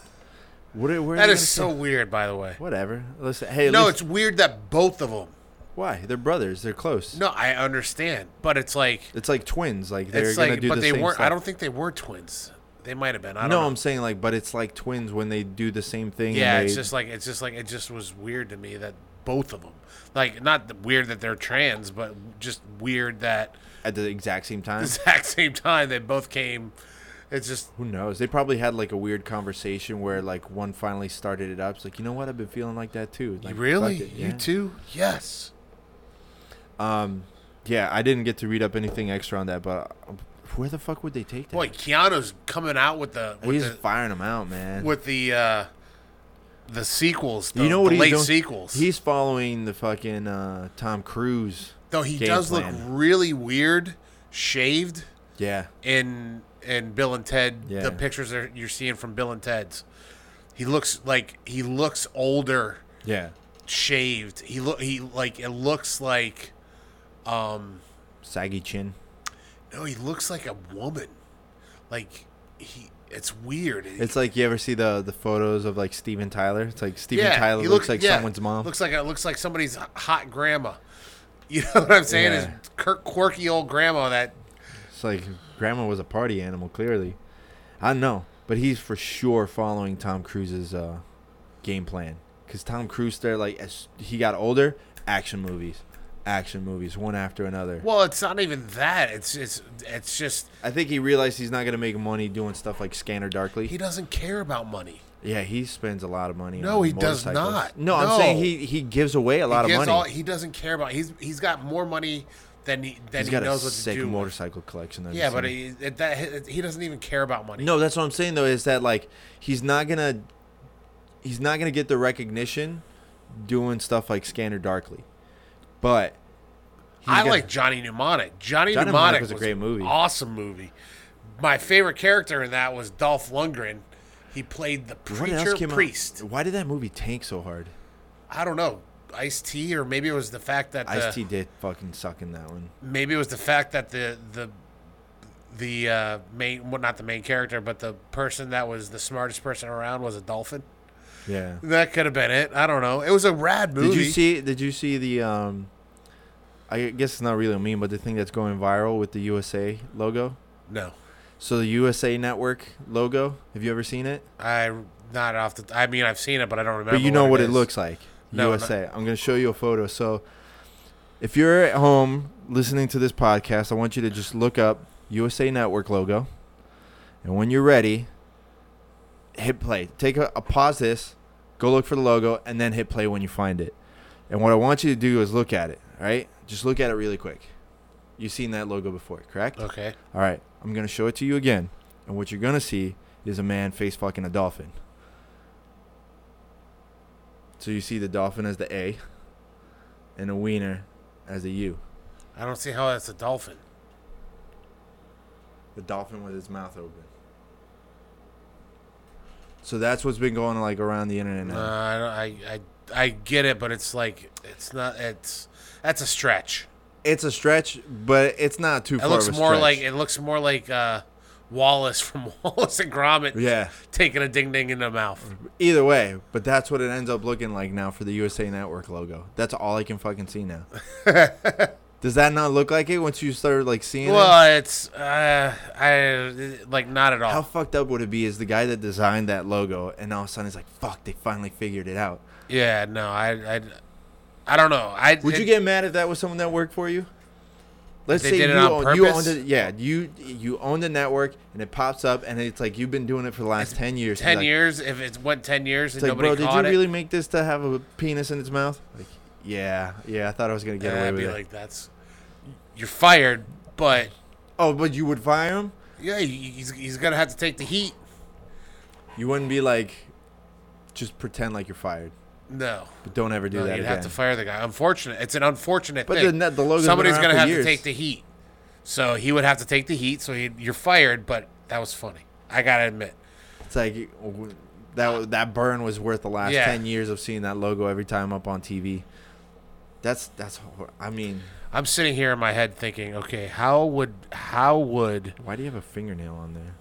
Speaker 1: What are, where are
Speaker 4: That
Speaker 1: they
Speaker 4: is so
Speaker 1: gonna take-
Speaker 4: weird, by the way.
Speaker 1: whatever. Listen, hey,
Speaker 4: No,
Speaker 1: no,
Speaker 4: it's weird that both of them.
Speaker 1: why they're brothers. They're close.
Speaker 4: No, I understand, but it's like
Speaker 1: It's like twins. Like they're
Speaker 4: it's
Speaker 1: gonna
Speaker 4: like,
Speaker 1: do
Speaker 4: but
Speaker 1: the
Speaker 4: they
Speaker 1: same
Speaker 4: weren't.
Speaker 1: stuff.
Speaker 4: I don't think they were twins. They might have been. I don't
Speaker 1: no,
Speaker 4: know.
Speaker 1: I'm saying like, but it's like twins when they do the same thing.
Speaker 4: yeah,
Speaker 1: and
Speaker 4: it's
Speaker 1: they-
Speaker 4: just like it's just like it just was weird to me that both of them, like not th- weird that they're trans, but just weird that
Speaker 1: at the exact same time.
Speaker 4: exact same time they both came. It's just
Speaker 1: Who knows? They probably had like a weird conversation where like one finally started it up. It's like, you know what? I've been feeling like that too. Like, fuck it, yeah.
Speaker 4: too? Yes.
Speaker 1: Yeah, I didn't get to read up anything extra on that, but uh, where the fuck would they take that?
Speaker 4: Boy, Keanu's coming out with the with
Speaker 1: he's
Speaker 4: the
Speaker 1: firing them out, man.
Speaker 4: with the uh, the sequels. The,
Speaker 1: you know what
Speaker 4: the
Speaker 1: he's
Speaker 4: late
Speaker 1: doing?
Speaker 4: sequels.
Speaker 1: He's following the fucking uh, Tom Cruise.
Speaker 4: Though he
Speaker 1: game
Speaker 4: does look
Speaker 1: plan.
Speaker 4: really weird, shaved.
Speaker 1: Yeah,
Speaker 4: in in Bill and Ted,
Speaker 1: Yeah.
Speaker 4: the pictures that you're seeing from Bill and Ted's, he looks like he looks older,
Speaker 1: yeah.
Speaker 4: shaved. He look he like it looks like
Speaker 1: Saggy chin.
Speaker 4: no, he looks like a woman. Like he, it's weird.
Speaker 1: It's like you ever see the the photos of like Steven Tyler. It's like Steven Tyler
Speaker 4: he
Speaker 1: looks, like
Speaker 4: yeah,
Speaker 1: someone's mom.
Speaker 4: Looks like it looks like somebody's hot grandma. You know what I'm saying? Is
Speaker 1: Yeah.
Speaker 4: Kirk quirky old grandma that
Speaker 1: It's like grandma was a party animal, clearly. I don't know, but he's for sure following Tom Cruise's uh, game plan. Cause Tom Cruise, there like as he got older, action movies, action movies, one after another.
Speaker 4: well, it's not even that. It's it's it's just
Speaker 1: I think he realized he's not gonna make money doing stuff like Scanner Darkly.
Speaker 4: he doesn't care about money.
Speaker 1: yeah, he spends a lot of money.
Speaker 4: No,
Speaker 1: on
Speaker 4: he does
Speaker 1: motorcycles.
Speaker 4: not.
Speaker 1: No, I'm
Speaker 4: No.
Speaker 1: saying he he gives away a lot
Speaker 4: he
Speaker 1: of
Speaker 4: gives
Speaker 1: money.
Speaker 4: all- he doesn't care about. He's he's got more money than he than
Speaker 1: he's
Speaker 4: he
Speaker 1: got a
Speaker 4: knows what
Speaker 1: sick
Speaker 4: to do. with.
Speaker 1: motorcycle collection. I've
Speaker 4: Yeah, but
Speaker 1: seen.
Speaker 4: he, it- that, he doesn't even care about money.
Speaker 1: No, that's what I'm saying though is that like he's not gonna he's not gonna get the recognition doing stuff like Scanner Darkly, but he's
Speaker 4: I
Speaker 1: gonna-
Speaker 4: like Johnny Mnemonic. Johnny,
Speaker 1: Johnny Mnemonic
Speaker 4: Mnemonic
Speaker 1: was a great movie.
Speaker 4: Awesome movie. my favorite character in that was Dolph Lundgren. He played the
Speaker 1: What else
Speaker 4: preacher
Speaker 1: came out-
Speaker 4: priest.
Speaker 1: Why did that movie tank so hard?
Speaker 4: I don't know. Ice T, or maybe it was the fact that the,
Speaker 1: Ice T did fucking suck in that one.
Speaker 4: maybe it was the fact that the the the uh, main well, not the main character, but the person that was the smartest person around was a dolphin.
Speaker 1: Yeah.
Speaker 4: That could have been it. I don't know. It was a rad movie.
Speaker 1: Did you see? Did you see the? Um, I guess it's not really a meme, but the thing that's going viral with the USA logo.
Speaker 4: No,
Speaker 1: So the USA Network logo. Have you ever seen it?
Speaker 4: I not off the. I mean, I've seen it, but I don't remember.
Speaker 1: but you know what it,
Speaker 4: is.
Speaker 1: looks like.
Speaker 4: No,
Speaker 1: USA. I'm gonna show you a photo. So if you're at home listening to this podcast, I want you to just look up USA Network logo, and when you're ready, hit play. Take a, a pause this, go look for the logo, and then hit play when you find it. And what I want you to do is look at it. All right, just look at it really quick. You've seen that logo before, correct?
Speaker 4: Okay.
Speaker 1: All right, I'm gonna show it to you again, and what you're gonna see is a man face fucking a dolphin. So you see the dolphin as the A, and a wiener as the U.
Speaker 4: I don't see how that's a dolphin.
Speaker 1: The dolphin with his mouth open. So that's what's been going like around the internet
Speaker 4: No,
Speaker 1: now.
Speaker 4: Uh, I, don't- I I I get it, but it's like it's not. It's that's a stretch.
Speaker 1: it's a stretch, but it's not too
Speaker 4: It
Speaker 1: far.
Speaker 4: looks
Speaker 1: of a
Speaker 4: more
Speaker 1: stretch.
Speaker 4: like it looks more like uh, Wallace from Wallace and Gromit.
Speaker 1: Yeah.
Speaker 4: taking a ding ding in the mouth.
Speaker 1: either way, but that's what it ends up looking like now for the USA Network logo. That's all I can fucking see now. Does that not look like it once you start like seeing it?
Speaker 4: Well, it's uh, I like not at all.
Speaker 1: How fucked up would it be? Is the guy that designed that logo, and all of a sudden it's like, fuck, they finally figured it out.
Speaker 4: yeah, no, I I, I don't know. I
Speaker 1: Would
Speaker 4: it-
Speaker 1: you get mad if that was someone that worked for you? Let's
Speaker 4: They
Speaker 1: say
Speaker 4: did it
Speaker 1: you,
Speaker 4: on
Speaker 1: own, you own
Speaker 4: purpose?
Speaker 1: the yeah you you own the network, and it pops up, and it's like you've been doing it for the last ten years.
Speaker 4: ten
Speaker 1: It's like-
Speaker 4: years? If it went ten years and
Speaker 1: It's like,
Speaker 4: nobody
Speaker 1: bro, did you
Speaker 4: caught it,
Speaker 1: really make this to have a penis in its mouth? Like, yeah, yeah, I thought I was gonna get
Speaker 4: yeah,
Speaker 1: away
Speaker 4: I'd
Speaker 1: with
Speaker 4: be
Speaker 1: it.
Speaker 4: like, that's you're fired. But
Speaker 1: oh, but you would fire him?
Speaker 4: yeah, he- he's he's gonna have to take the heat.
Speaker 1: You wouldn't be like, just pretend like you're fired,
Speaker 4: No.
Speaker 1: but don't ever do
Speaker 4: No,
Speaker 1: that
Speaker 4: you'd
Speaker 1: again.
Speaker 4: have to fire the guy. Unfortunate. It's an unfortunate
Speaker 1: But
Speaker 4: thing.
Speaker 1: the net- the logo's been
Speaker 4: Somebody's
Speaker 1: around
Speaker 4: gonna
Speaker 1: for
Speaker 4: have
Speaker 1: years.
Speaker 4: to take the heat. So he would have to take the heat. So he, you're fired. But that was funny. I gotta admit.
Speaker 1: It's like w- that wa- that burn was worth the last
Speaker 4: Yeah.
Speaker 1: ten years of seeing that logo every time up on TV. That's that's hor- I mean,
Speaker 4: I'm sitting here in my head thinking, okay, how would how would
Speaker 1: why do you have a fingernail on there?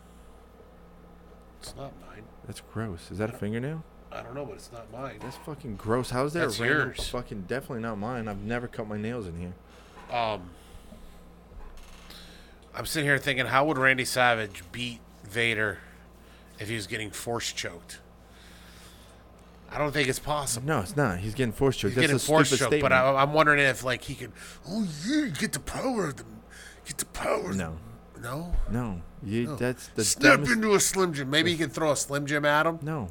Speaker 4: it's not mine.
Speaker 1: That's gross. Is that a fingernail?
Speaker 4: I don't know, but it's not mine.
Speaker 1: That's fucking gross. How's there? a
Speaker 4: That's
Speaker 1: random
Speaker 4: yours.
Speaker 1: Fucking definitely not mine. I've never cut my nails in here.
Speaker 4: Um, I'm sitting here thinking, how would Randy Savage beat Vader if he was getting force choked? I don't think it's possible.
Speaker 1: No, it's not. He's getting force choked.
Speaker 4: He's
Speaker 1: That's
Speaker 4: getting
Speaker 1: a
Speaker 4: force
Speaker 1: stupid
Speaker 4: choked,
Speaker 1: statement.
Speaker 4: but I, I'm wondering if like he could. Oh yeah, get the power of the, get the power. of
Speaker 1: No.
Speaker 4: the-" no.
Speaker 1: no, you,
Speaker 4: Oh.
Speaker 1: that's the
Speaker 4: Snap
Speaker 1: dumbest-
Speaker 4: into a slim jim. Maybe he could throw a slim jim at him.
Speaker 1: No.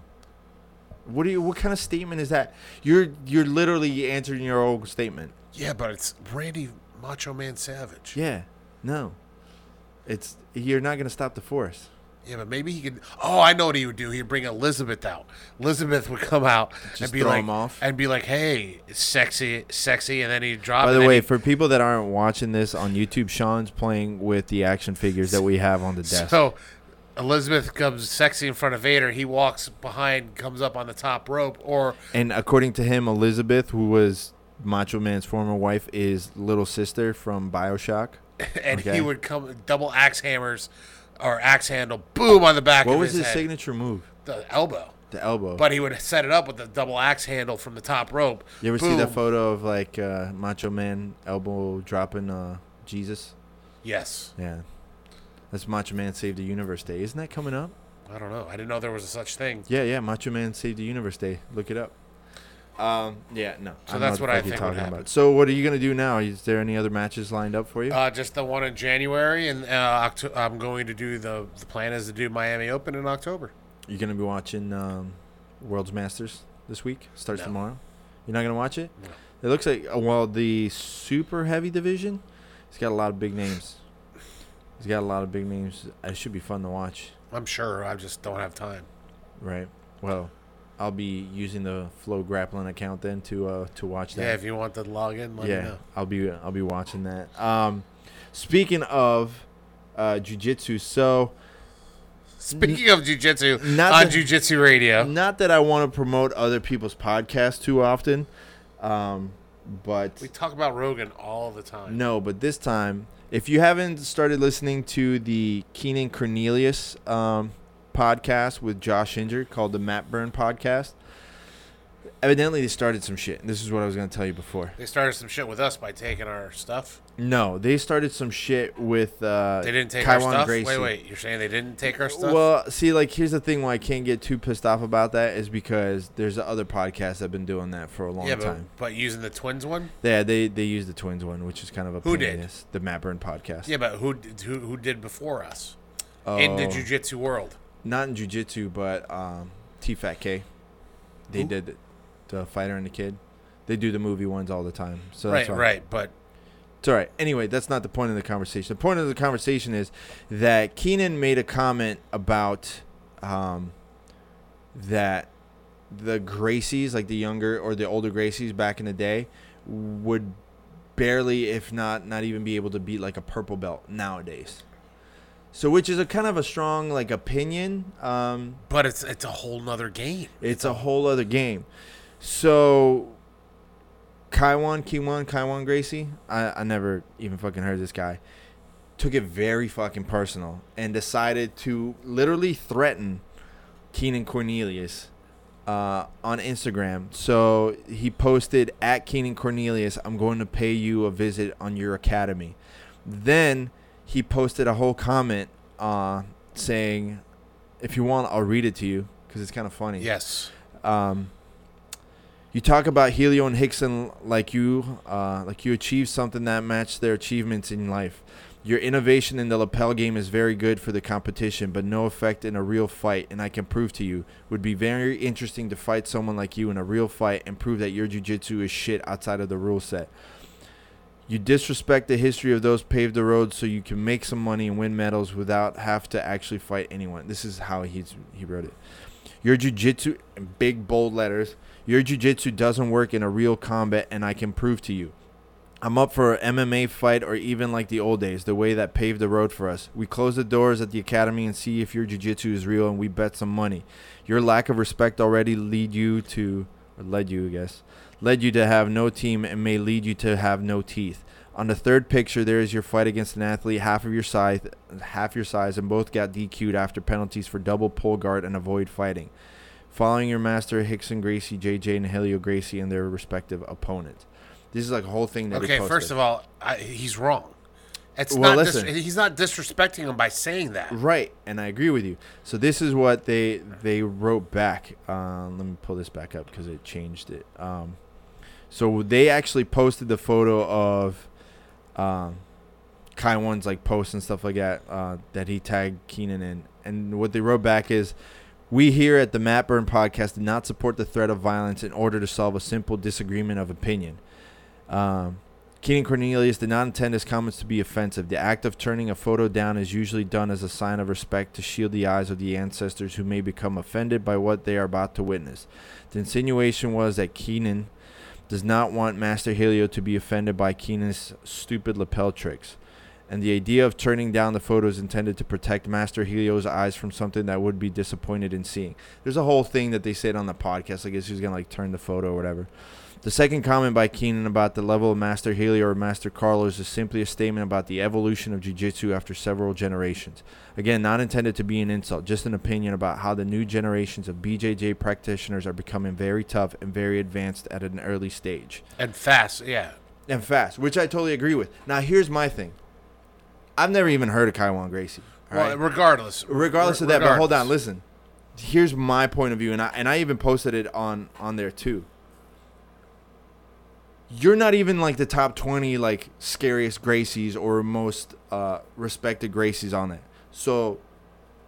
Speaker 1: What do you? What kind of statement is that? You're you're literally answering your own statement.
Speaker 4: Yeah, but it's Randy Macho Man Savage.
Speaker 1: Yeah. No. It's you're not gonna stop the force.
Speaker 4: Yeah, but maybe he could. Oh, I know what he would do. He'd bring Elizabeth out. Elizabeth would come out and
Speaker 1: Just
Speaker 4: be
Speaker 1: throw
Speaker 4: like,
Speaker 1: him off?
Speaker 4: and be like, "Hey, sexy, sexy," and then he'd drop.
Speaker 1: By
Speaker 4: and
Speaker 1: the
Speaker 4: then
Speaker 1: way,
Speaker 4: he'd-
Speaker 1: for people that aren't watching this on YouTube, Sean's playing with the action figures that we have on the desk.
Speaker 4: so Elizabeth comes sexy in front of Vader. He walks behind, comes up on the top rope, or
Speaker 1: and according to him, Elizabeth, who was Macho Man's former wife, is little sister from Bioshock.
Speaker 4: and
Speaker 1: Okay.
Speaker 4: he would come double axe hammers or axe handle, boom on the back.
Speaker 1: What
Speaker 4: of
Speaker 1: was his
Speaker 4: head.
Speaker 1: signature move?
Speaker 4: The elbow.
Speaker 1: The elbow.
Speaker 4: But he would set it up with the double axe handle from the top rope.
Speaker 1: you ever see that
Speaker 4: Boom.
Speaker 1: photo of like uh, Macho Man elbow dropping uh, Jesus?
Speaker 4: Yes.
Speaker 1: Yeah. That's Macho Man Save the Universe Day. Isn't that coming up?
Speaker 4: I don't know. I didn't know there was a such thing.
Speaker 1: Yeah, yeah. Macho Man Save the Universe Day. Look it up. Um, yeah, no.
Speaker 4: So that's what I think would happen.
Speaker 1: So what are you gonna do now? Is there any other matches lined up for you?
Speaker 4: Uh, just the one in January, and uh, Octo- I'm going to do the. The plan is to do Miami Open in October.
Speaker 1: You're gonna be watching um, World's Masters this week. Starts
Speaker 4: No.
Speaker 1: tomorrow. You're not gonna watch it. It looks like uh, well the super heavy division. It's got a lot of big names. It's got a lot of big names. It should be fun to watch.
Speaker 4: I'm sure. I just don't have time.
Speaker 1: Right. Well, I'll be using the Flow Grappling account then to uh, to watch
Speaker 4: Yeah,
Speaker 1: that.
Speaker 4: if you want to log in, let me
Speaker 1: yeah.
Speaker 4: know.
Speaker 1: I'll be I'll be watching that. Um, speaking of uh, jiu-jitsu. So
Speaker 4: Speaking of jujitsu,
Speaker 1: Not
Speaker 4: on
Speaker 1: the-
Speaker 4: Jujitsu Radio,
Speaker 1: not that I want to promote other people's podcasts too often, um, but
Speaker 4: we talk about Rogan all the time.
Speaker 1: No, but this time, if you haven't started listening to the Keenan Cornelius um, podcast with Josh Inger called the Matt Burn Podcast, evidently they started some shit. This is what I was going to tell you before.
Speaker 4: They started some shit with us by taking our stuff.
Speaker 1: No, they started some shit with uh,
Speaker 4: They didn't take our
Speaker 1: Kyron
Speaker 4: stuff.
Speaker 1: Gracie.
Speaker 4: Wait, wait. You're saying they didn't take our stuff?
Speaker 1: Well, see, like here's the thing: why I can't get too pissed off about that is because there's other podcasts that've been doing that for a long
Speaker 4: yeah, but,
Speaker 1: time.
Speaker 4: but using the twins one.
Speaker 1: Yeah, they they use the twins one, which is kind of a
Speaker 4: Who
Speaker 1: pain
Speaker 4: did?
Speaker 1: in the ass, the Matt Burn podcast.
Speaker 4: Yeah, but who did- who, who did before us in the
Speaker 1: Oh.
Speaker 4: jujitsu world?
Speaker 1: not in jujitsu, but um, T Fat K. They
Speaker 4: Who?
Speaker 1: did it. the fighter and the kid. They do the movie ones all the time. So
Speaker 4: Right,
Speaker 1: that's all
Speaker 4: right. But
Speaker 1: It's all right. Anyway, that's not the point of the conversation. The point of the conversation is that Keenan made a comment about um, that the Gracies, like the younger or the older Gracies back in the day, would barely, if not, not even be able to beat like a purple belt nowadays. So, which is a kind of a strong like opinion. Um,
Speaker 4: but it's it's a whole nother game.
Speaker 1: it's a whole other game. So, Kaiwan, Kiwan, Kaiwan Gracie, I, I never even fucking heard of this guy, took it very fucking personal and decided to literally threaten Keenan Cornelius uh, on Instagram. So, he posted at Keenan Cornelius, I'm going to pay you a visit on your academy. Then he posted a whole comment uh, saying, if you want, I'll read it to you because it's kind of funny.
Speaker 4: Yes.
Speaker 1: Um, you talk about Helio and Hickson like you, uh, like you achieved something that matched their achievements in life. Your innovation in the lapel game is very good for the competition, but no effect in a real fight. And I can prove to you, would be very interesting to fight someone like you in a real fight and prove that your jujitsu is shit outside of the rule set. You disrespect the history of those paved the road so you can make some money and win medals without have to actually fight anyone. This is how he's he wrote it. Your jujitsu, in big bold letters. Your jujitsu doesn't work in a real combat, and I can prove to you. I'm up for an MMA fight or even like the old days, the way that paved the road for us. We close the doors at the academy and see if your jiu-jitsu is real and we bet some money. Your lack of respect already lead you to or led you, I guess. Led you to have no team and may lead you to have no teeth. On the third picture there is your fight against an athlete half of your size half your size and both got DQ'd after penalties for double pull guard and avoid fighting. Following your master Hickson Gracie, JJ and Helio Gracie and their respective opponents. This is like a whole thing that
Speaker 4: Okay.
Speaker 1: he
Speaker 4: First
Speaker 1: posted.
Speaker 4: of all, I, he's wrong. It's
Speaker 1: Well,
Speaker 4: not. dis-
Speaker 1: listen.
Speaker 4: he's not disrespecting him by saying that.
Speaker 1: Right, and I agree with you. So this is what they they wrote back. Uh, let me pull this back up because it changed it. Um, so they actually posted the photo of um, Kai One's like posts and stuff like that uh, that he tagged Keenan in, and what they wrote back is. We here at the Matt Burn podcast do not support the threat of violence in order to solve a simple disagreement of opinion. Um, Keenan Cornelius did not intend his comments to be offensive. The act of turning a photo down is usually done as a sign of respect to shield the eyes of the ancestors who may become offended by what they are about to witness. The insinuation was that Keenan does not want Master Helio to be offended by Keenan's stupid lapel tricks. And the idea of turning down the photo is intended to protect Master Helio's eyes from something that would be disappointed in seeing. There's a whole thing that they said on the podcast. I guess he's gonna like turn the photo or whatever. The second comment by Keenan about the level of Master Helio or Master Carlos is simply a statement about the evolution of jiu-jitsu after several generations. Again, not intended to be an insult, just an opinion about how the new generations of BJJ practitioners are becoming very tough and very advanced at an early stage.
Speaker 4: And fast. Yeah.
Speaker 1: And fast, which I totally agree with. Now, here's my thing. I've never even heard of Kaiwan Gracie. all
Speaker 4: Well,
Speaker 1: right?
Speaker 4: regardless.
Speaker 1: regardless
Speaker 4: re-
Speaker 1: of that but hold on
Speaker 4: regardless.
Speaker 1: listen here's my point of view and I, and I even posted it on on there too you're not even like the top 20 like scariest gracies or most uh respected gracies on it so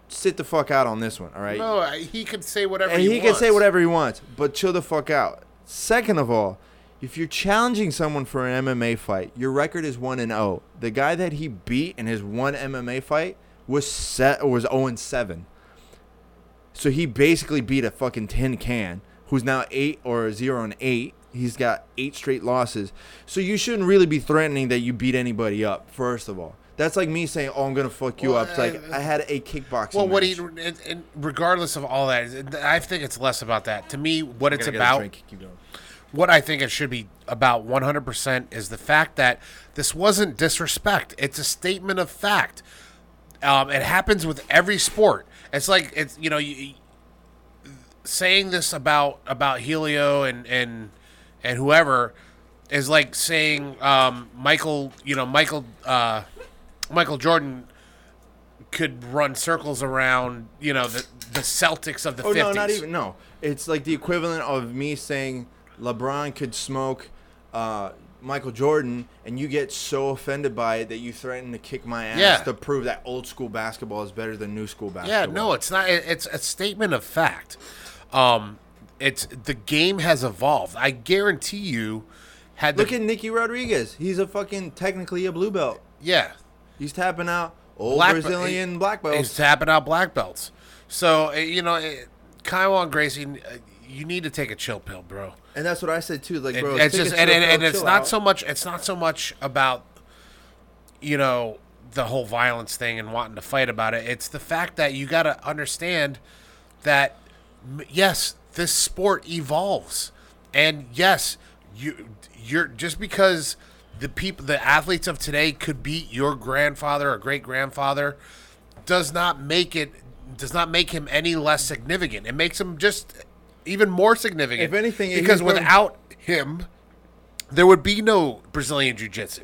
Speaker 1: sit the fuck out on this one all right
Speaker 4: No, I- he can say whatever.
Speaker 1: and he can
Speaker 4: wants.
Speaker 1: say whatever he wants, but chill the fuck out. Second of all, if you're challenging someone for an MMA fight, your record is one and zero. The guy that he beat in his one MMA fight was set or was zero and seven. So he basically beat a fucking tin can, who's now eight or zero and eight, He's got eight straight losses. So you shouldn't really be threatening that you beat anybody up. First of all, that's like me saying, "Oh, I'm gonna fuck you
Speaker 4: Well,
Speaker 1: up." It's like
Speaker 4: I-
Speaker 1: I had a kickboxing.
Speaker 4: Well, what
Speaker 1: match.
Speaker 4: he, and, and regardless of all that, I think it's less about that. To me, what it's
Speaker 1: Gotta get a
Speaker 4: about,
Speaker 1: drink. Keep going.
Speaker 4: what I think it should be about 100% is the fact that this wasn't disrespect. It's a statement of fact. Um, it happens with every sport. It's like it's you know you, saying this about about Helio and and and whoever is like saying um, Michael you know Michael uh, Michael Jordan could run circles around you know the the Celtics of the
Speaker 1: Oh
Speaker 4: 50s.
Speaker 1: no, not even no. It's like the equivalent of me saying LeBron could smoke uh, Michael Jordan, and you get so offended by it that you threaten to kick my ass
Speaker 4: Yeah.
Speaker 1: to prove that old school basketball is better than new school basketball.
Speaker 4: Yeah, no, it's not. it- It's a statement of fact. Um, it's the game has evolved. I guarantee you, had the,
Speaker 1: Look at Nicky Rodriguez. He's a fucking technically a blue belt.
Speaker 4: yeah,
Speaker 1: He's tapping out old
Speaker 4: Black-
Speaker 1: Brazilian
Speaker 4: he-
Speaker 1: black belts.
Speaker 4: He's tapping out black belts. So eh, you know, eh, Kaiwan Gracie, eh, you need to take a chill pill, bro.
Speaker 1: and that's what I said too. Like,
Speaker 4: It-
Speaker 1: bro,
Speaker 4: it's
Speaker 1: take a
Speaker 4: just and,
Speaker 1: chill
Speaker 4: and,
Speaker 1: pill,
Speaker 4: and it's
Speaker 1: chill
Speaker 4: not
Speaker 1: out.
Speaker 4: so much. It's not so much about you know the whole violence thing and wanting to fight about it. It's the fact that you got to understand that m- yes, this sport evolves, and yes, you you're just because the people, the athletes of today could beat your grandfather or great grandfather, does not make it does not make him any less significant. It makes him just even more significant.
Speaker 1: If anything, he's
Speaker 4: because
Speaker 1: going-
Speaker 4: without him, there would be no Brazilian Jiu Jitsu.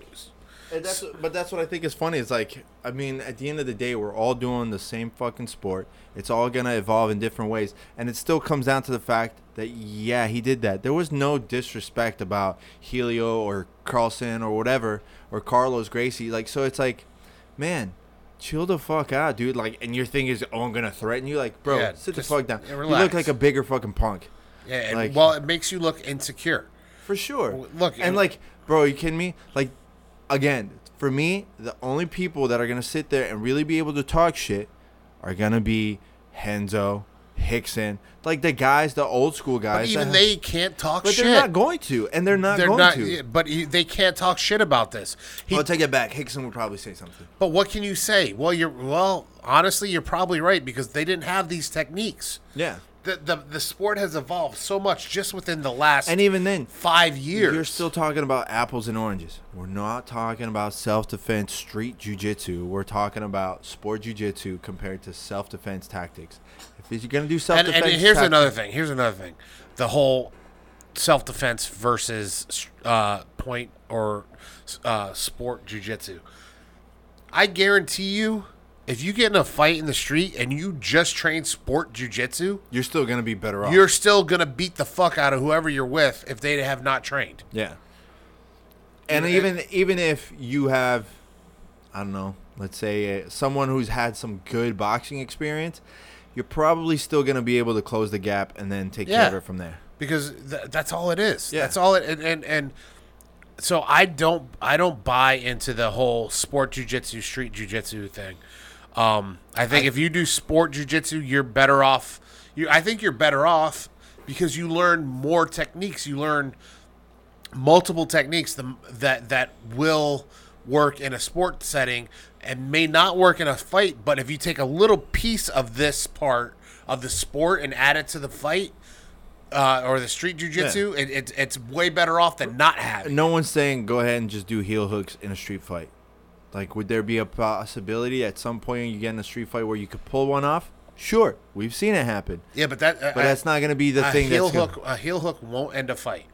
Speaker 1: And that's, but that's what I think is funny. It's like, I mean, at the end of the day, we're all doing the same fucking sport. It's all gonna evolve in different ways, and it still comes down to the fact that yeah, he did that. There was no disrespect about Helio or Carlson or whatever or Carlos Gracie. Like, so it's like, man, chill the fuck out, dude. Like, and your thing is, oh, I'm gonna threaten you. Like, bro,
Speaker 4: Yeah,
Speaker 1: sit
Speaker 4: just-
Speaker 1: the fuck down.
Speaker 4: yeah,
Speaker 1: You look
Speaker 4: relax.
Speaker 1: like a bigger fucking punk.
Speaker 4: Yeah, and,
Speaker 1: Like-
Speaker 4: well, it makes you look insecure.
Speaker 1: For sure.
Speaker 4: W- look,
Speaker 1: and
Speaker 4: it-
Speaker 1: like, bro, are you kidding me? Like, again, for me, the only people that are gonna sit there and really be able to talk shit are gonna be Henzo, Hickson, like the guys, the old school guys.
Speaker 4: But even
Speaker 1: that-
Speaker 4: they can't talk
Speaker 1: but
Speaker 4: shit.
Speaker 1: they're not going to, and they're not
Speaker 4: They're
Speaker 1: going
Speaker 4: not-
Speaker 1: to.
Speaker 4: yeah, but he, they can't talk shit about this. He,
Speaker 1: I'll take it back. Hickson would probably say something.
Speaker 4: but what can you say? Well, you're well. Honestly, you're probably right because they didn't have these techniques.
Speaker 1: Yeah.
Speaker 4: The, the, the sport has evolved so much just within the last
Speaker 1: And even then,
Speaker 4: five years.
Speaker 1: You're still talking about apples and oranges. We're not talking about self-defense street jujitsu. We're talking about sport jujitsu compared to self-defense tactics. If you're gonna do
Speaker 4: and,
Speaker 1: self-defense,
Speaker 4: and here's
Speaker 1: tac-
Speaker 4: another thing. Here's another thing. The whole self defense versus uh, point or uh, sport jujitsu. I guarantee you, if you get in a fight in the street and you just train sport jujitsu,
Speaker 1: you're still gonna be better off.
Speaker 4: you're still gonna beat the fuck out of whoever you're with if they have not trained.
Speaker 1: yeah. And
Speaker 4: Yeah,
Speaker 1: even even if you have, I don't know, let's say uh, someone who's had some good boxing experience, you're probably still gonna be able to close the gap and then take
Speaker 4: Yeah.
Speaker 1: care of it from there.
Speaker 4: because th- that's all it is.
Speaker 1: Yeah.
Speaker 4: That's all it and, and and so I don't I don't buy into the whole sport jujitsu street jujitsu thing. Um, I think if you do sport jujitsu, you're better off. You I think you're better off because you learn more techniques. You learn multiple techniques the, that that will work in a sport setting and may not work in a fight but if you take a little piece of this part of the sport and add it to the fight uh, or the street jujitsu, it, it, it's way better off than not having.
Speaker 1: No one's saying go ahead and just do heel hooks in a street fight. Like, would there be a possibility at some point you get in a street fight where you could pull one off? Sure, we've seen it happen,
Speaker 4: Yeah, but that
Speaker 1: but that's not going to be the
Speaker 4: a
Speaker 1: thing.
Speaker 4: heel
Speaker 1: that's gonna-
Speaker 4: hook. A heel hook won't end a fight.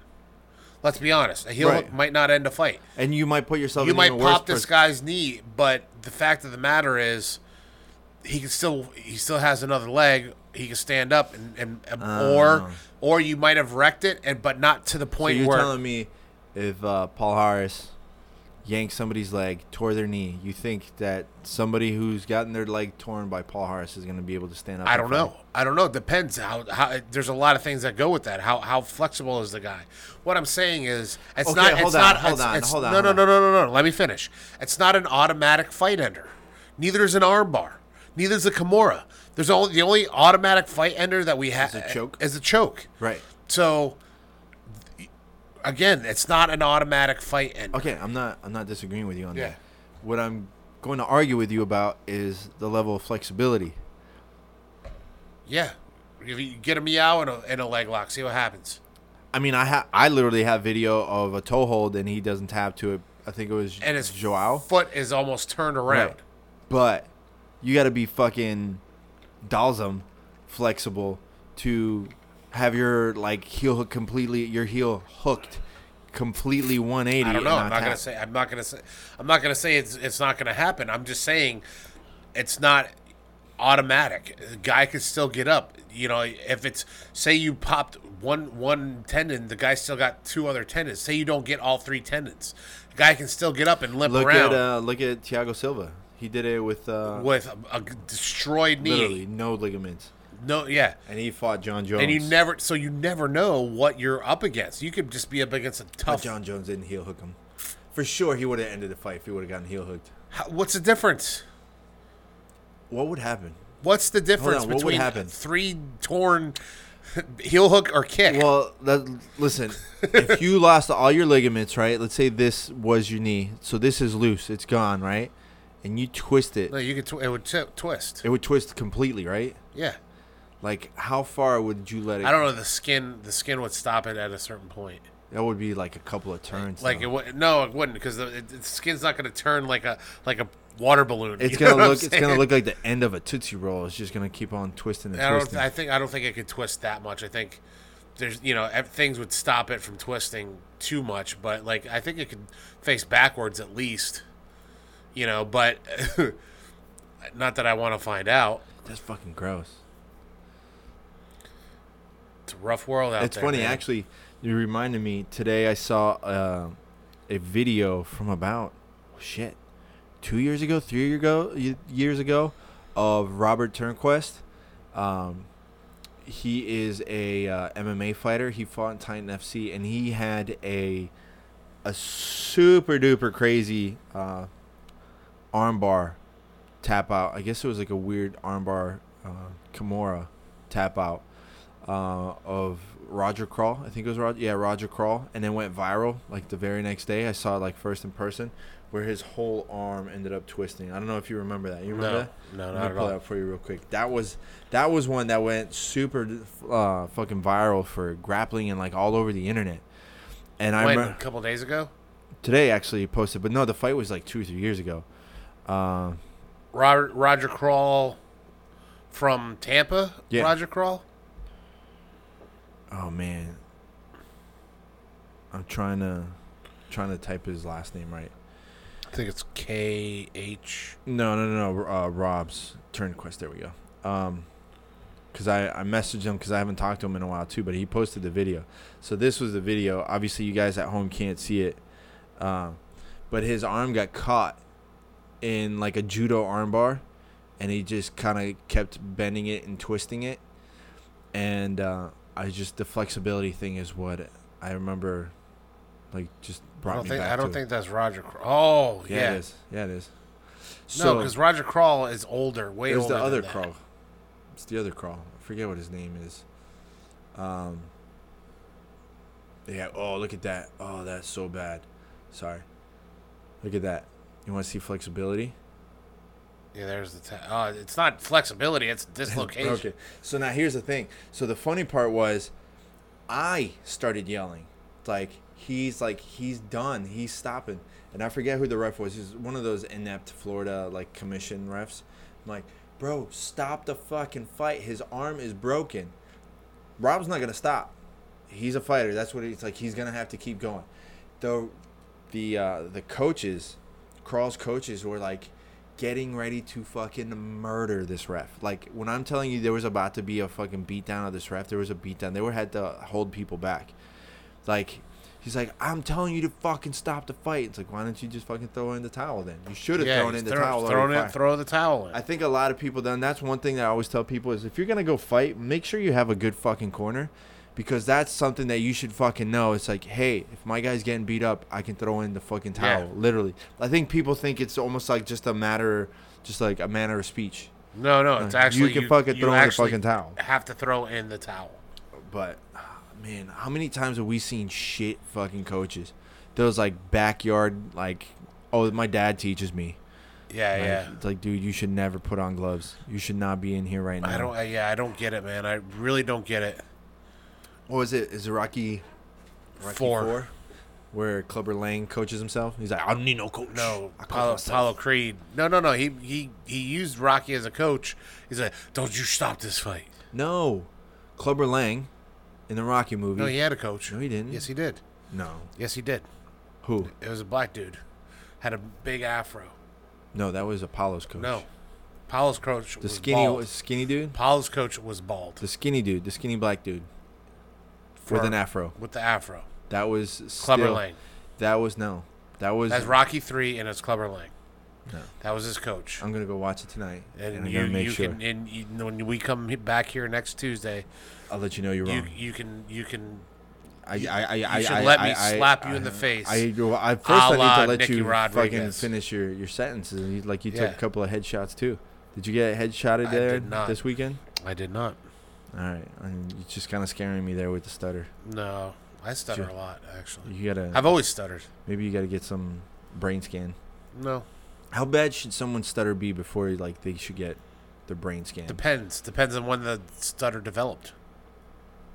Speaker 4: Let's be honest. A heel
Speaker 1: Right.
Speaker 4: hook might not end a fight.
Speaker 1: and you might put yourself.
Speaker 4: You
Speaker 1: in
Speaker 4: might
Speaker 1: even worse
Speaker 4: pop this
Speaker 1: pers-
Speaker 4: guy's knee, but the fact of the matter is, he can still he still has another leg. He can stand up and, and, and- or or you might have wrecked it, and but not to the
Speaker 1: Oh. So
Speaker 4: point
Speaker 1: you're
Speaker 4: where
Speaker 1: telling me if uh, Paul Harris yanked somebody's leg, tore their knee, you think that somebody who's gotten their leg torn by Paul Harris is going to be able to stand up?
Speaker 4: I
Speaker 1: and
Speaker 4: don't
Speaker 1: fight?
Speaker 4: know. I don't know. It depends how, how there's a lot of things that go with that. How how flexible is the guy? What I'm saying is it's
Speaker 1: Okay,
Speaker 4: not
Speaker 1: hold
Speaker 4: it's
Speaker 1: on,
Speaker 4: not
Speaker 1: hold
Speaker 4: it's-
Speaker 1: on,
Speaker 4: it's-
Speaker 1: hold on,
Speaker 4: No, no,
Speaker 1: hold
Speaker 4: no,
Speaker 1: on.
Speaker 4: no, no, no. Let me finish. It's not an automatic fight ender. Neither is an arm bar. Neither is a Kimura. There's only the only automatic fight ender that we have
Speaker 1: a choke?
Speaker 4: Is a choke.
Speaker 1: Right.
Speaker 4: So again, it's not an automatic fight end.
Speaker 1: Okay, I'm not I'm not disagreeing with you on
Speaker 4: Yeah.
Speaker 1: that. What I'm going to argue with you about is the level of flexibility.
Speaker 4: Yeah, if you get a meow and a, and a leg lock, see what happens.
Speaker 1: I mean, I ha- I literally have video of a toe hold and he doesn't tap to it. I think it was
Speaker 4: And his
Speaker 1: Joao.
Speaker 4: foot is almost turned around.
Speaker 1: Right. But you got to be fucking dalsum flexible to have your like heel hook completely your heel hooked completely 180.
Speaker 4: I don't know.
Speaker 1: and
Speaker 4: I'm not gonna
Speaker 1: tap.
Speaker 4: say. I'm not gonna say. I'm not gonna say it's it's not gonna happen. I'm just saying, it's not automatic. The guy could still get up. You know, if it's say you popped one one tendon, the guy still got two other tendons. Say you don't get all three tendons, the guy can still get up and limp
Speaker 1: Look
Speaker 4: around
Speaker 1: at uh, look at Thiago Silva. He did it with uh,
Speaker 4: with a, a destroyed knee.
Speaker 1: literally no ligaments,
Speaker 4: No, yeah.
Speaker 1: and he fought John Jones.
Speaker 4: And you never, so you never know what you're up against. You could just be up against a
Speaker 1: But
Speaker 4: tough.
Speaker 1: John Jones didn't heel hook him. For sure, he would have ended the fight if he would have gotten heel hooked.
Speaker 4: How- what's the difference?
Speaker 1: What would happen?
Speaker 4: What's the difference
Speaker 1: what would
Speaker 4: between
Speaker 1: happen?
Speaker 4: three torn heel hook or kick?
Speaker 1: Well, that, listen, if you lost all your ligaments, right? Let's say this was your knee, so this is loose, it's gone, right? And you twist it,
Speaker 4: no, you could tw- it would t- twist.
Speaker 1: it would twist completely, right?
Speaker 4: yeah,
Speaker 1: Like, how far would you let it?
Speaker 4: I don't know. The skin, the skin would stop it at a certain point.
Speaker 1: That would be like a couple of turns.
Speaker 4: Like it
Speaker 1: though.
Speaker 4: would no, it wouldn't because the, it- the skin's not going to turn like a like a water balloon.
Speaker 1: it's
Speaker 4: You know
Speaker 1: gonna
Speaker 4: what I'm
Speaker 1: look, it's gonna
Speaker 4: saying?
Speaker 1: look like the end of a tootsie roll. It's just gonna keep on twisting and
Speaker 4: I don't.
Speaker 1: twisting.
Speaker 4: I think. I don't think it could twist that much. I think there's. You know, ev- things would stop it from twisting too much. But like, I think it could face backwards at least. You know, but not that I want to find out.
Speaker 1: That's fucking gross.
Speaker 4: It's a rough world out
Speaker 1: It's
Speaker 4: there.
Speaker 1: funny,
Speaker 4: man.
Speaker 1: actually. You reminded me today. I saw uh, a video from about shit two years ago, three year ago, y- years ago, of Robert Turnquest. Um, he is a uh, MMA fighter. He fought in Titan FC, and he had a a super duper crazy uh, armbar tap out. I guess it was like a weird armbar uh, Kimura tap out uh, of Roger Crawl. I think it was Roger. Yeah, Roger Crawl, and then went viral like the very next day. I saw it like first in person, where his whole arm ended up twisting. I don't know if you remember that. You remember
Speaker 4: No.
Speaker 1: that?
Speaker 4: No,
Speaker 1: I'm
Speaker 4: not
Speaker 1: gonna
Speaker 4: at
Speaker 1: pull
Speaker 4: all.
Speaker 1: that up for you real quick. That was that was one that went super uh, fucking viral for grappling and like all over the internet. And I
Speaker 4: When,
Speaker 1: remember
Speaker 4: a couple days ago,
Speaker 1: today actually posted, but no, the fight was like two or three years ago. Uh,
Speaker 4: Robert, Roger Crawl from Tampa.
Speaker 1: Yeah.
Speaker 4: Roger Crawl.
Speaker 1: oh man, I'm trying to trying to type his last name right.
Speaker 4: I think it's K H.
Speaker 1: No, no, no, no. Uh, Rob's Turnquist. There we go. Um, because I I messaged him because I haven't talked to him in a while too, but he posted the video. So this was the video. Obviously, you guys at home can't see it, um, but his arm got caught in like a judo armbar, and he just kind of kept bending it and twisting it, and uh, I just the flexibility thing is what I remember, like just
Speaker 4: I
Speaker 1: brought
Speaker 4: don't
Speaker 1: me
Speaker 4: think.
Speaker 1: back.
Speaker 4: I don't
Speaker 1: to it.
Speaker 4: think that's Roger. Crawl. Oh
Speaker 1: Yeah,
Speaker 4: yeah.
Speaker 1: it is. Yeah, it is.
Speaker 4: No, because Roger Crawl is older. Way
Speaker 1: There's
Speaker 4: older.
Speaker 1: the other
Speaker 4: than that.
Speaker 1: Carl. It's the other Carl. I forget what his name is. Um. Yeah. Oh, look at that. Oh, that's so bad. Sorry. Look at that. You want to see flexibility?
Speaker 4: Yeah, there's the. ta uh, it's not flexibility. It's dislocation.
Speaker 1: Okay. So now here's the thing. So the funny part was, I started yelling, like he's like he's done, he's stopping, and I forget who the ref was. He's one of those inept Florida like commission refs. I'm like, bro, stop the fucking fight. His arm is broken. Rob's not gonna stop. He's a fighter. That's what he's like. He's gonna have to keep going. The the uh, the coaches, Crawl's coaches were like getting ready to fucking murder this ref. Like when I'm telling you, there was about to be a fucking beatdown of this ref. There was a beatdown. They were had to hold people back. Like he's like, I'm telling you to fucking stop the fight. It's like, why don't you just fucking throw in the towel then? You should have
Speaker 4: Yeah,
Speaker 1: thrown
Speaker 4: just
Speaker 1: in the
Speaker 4: throw,
Speaker 1: towel.
Speaker 4: just
Speaker 1: already
Speaker 4: throw in-
Speaker 1: fired.
Speaker 4: throw the towel in.
Speaker 1: I think a lot of people done. That's one thing that I always tell people is if you're gonna go fight, make sure you have a good fucking corner, because that's something that you should fucking know. It's like, hey, if my guy's getting beat up, I can throw in the fucking
Speaker 4: Yeah.
Speaker 1: towel. Literally, I think people think it's almost like just a matter, just like a manner of speech.
Speaker 4: no, no, it's
Speaker 1: Uh,
Speaker 4: actually
Speaker 1: you can fucking
Speaker 4: you
Speaker 1: throw in the
Speaker 4: actually
Speaker 1: fucking towel.
Speaker 4: Have to throw in the towel.
Speaker 1: But ah, man, how many times have we seen shit fucking coaches? Those like backyard like, oh, my dad teaches me.
Speaker 4: Yeah,
Speaker 1: Like,
Speaker 4: yeah.
Speaker 1: It's like, dude, you should never put on gloves. You should not be in here right now.
Speaker 4: I don't. I, yeah, I don't get it, man. I really don't get it.
Speaker 1: What was it? Is it Rocky, Rocky
Speaker 4: Four.
Speaker 1: Where Clubber Lang coaches himself? He's like, I don't need no coach.
Speaker 4: No,
Speaker 1: I coach
Speaker 4: Apollo,
Speaker 1: myself."
Speaker 4: Apollo Creed. No, no, no. He he he used Rocky as a coach. He's like, "Don't you stop this fight."
Speaker 1: No, Clubber Lang, in the Rocky movie.
Speaker 4: No, he had a coach.
Speaker 1: No, he didn't.
Speaker 4: Yes, he did.
Speaker 1: No.
Speaker 4: Yes, he did.
Speaker 1: Who?
Speaker 4: It was a black dude, had a big afro.
Speaker 1: No, that was Apollo's coach.
Speaker 4: No, Apollo's coach.
Speaker 1: The
Speaker 4: was
Speaker 1: skinny
Speaker 4: bald.
Speaker 1: skinny dude.
Speaker 4: Apollo's coach was bald
Speaker 1: The skinny dude. The skinny black dude with
Speaker 4: For-
Speaker 1: an afro.
Speaker 4: with the afro.
Speaker 1: That was still,
Speaker 4: Clubber Lang.
Speaker 1: That was no. That was.
Speaker 4: That's Rocky three, and it's Clubber Lang.
Speaker 1: No.
Speaker 4: That was his coach.
Speaker 1: I'm gonna go watch it tonight, and,
Speaker 4: and
Speaker 1: I'm
Speaker 4: you,
Speaker 1: gonna make
Speaker 4: you
Speaker 1: sure.
Speaker 4: can, and you, when we come he- back here next Tuesday,
Speaker 1: I'll let you know you're
Speaker 4: you
Speaker 1: wrong.
Speaker 4: you can you can
Speaker 1: I, I, I, I,
Speaker 4: you should
Speaker 1: I,
Speaker 4: let me
Speaker 1: I-
Speaker 4: slap
Speaker 1: I-
Speaker 4: you in the face.
Speaker 1: I, I, first
Speaker 4: A
Speaker 1: I need
Speaker 4: la
Speaker 1: to let
Speaker 4: Nicky
Speaker 1: you fucking
Speaker 4: Rodriguez.
Speaker 1: finish your, your sentences. And you, like you took
Speaker 4: Yeah.
Speaker 1: a couple of headshots too. Did you get headshotted
Speaker 4: I
Speaker 1: there
Speaker 4: did not.
Speaker 1: this weekend?
Speaker 4: I did not.
Speaker 1: All right, I mean, you're just kind of scaring me there with the stutter.
Speaker 4: No, I stutter
Speaker 1: Sure.
Speaker 4: a lot actually.
Speaker 1: You gotta
Speaker 4: I've always stuttered.
Speaker 1: maybe you gotta get some brain scan.
Speaker 4: No,
Speaker 1: How bad should someone's stutter be before like they should get their brain scan?
Speaker 4: depends. Depends on when the stutter developed.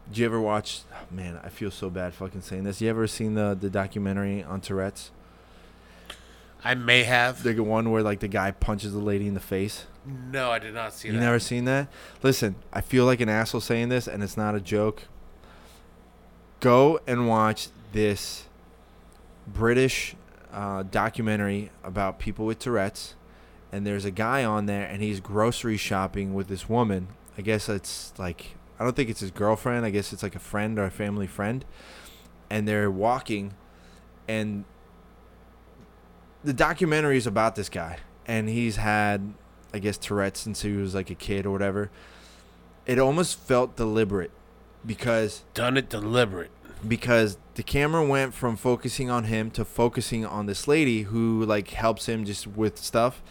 Speaker 1: Did you ever watch? oh, man, I feel so bad fucking saying this. You ever seen the the documentary on Tourette's?
Speaker 4: I may have.
Speaker 1: The one where like the guy punches the lady in the face.
Speaker 4: No, I did not see
Speaker 1: you
Speaker 4: that.
Speaker 1: never seen that? Listen, I feel like an asshole saying this, and it's not a joke. Go and watch this British uh, documentary about people with Tourette's, and there's a guy on there, and he's grocery shopping with this woman. I guess it's like I don't think it's his girlfriend. I guess it's like a friend or a family friend, and they're walking, and the documentary is about this guy, and he's had I guess Tourette's since he was like a kid or whatever. It almost felt deliberate because
Speaker 4: Done it deliberate.
Speaker 1: because the camera went from focusing on him to focusing on this lady who like helps him just with stuff.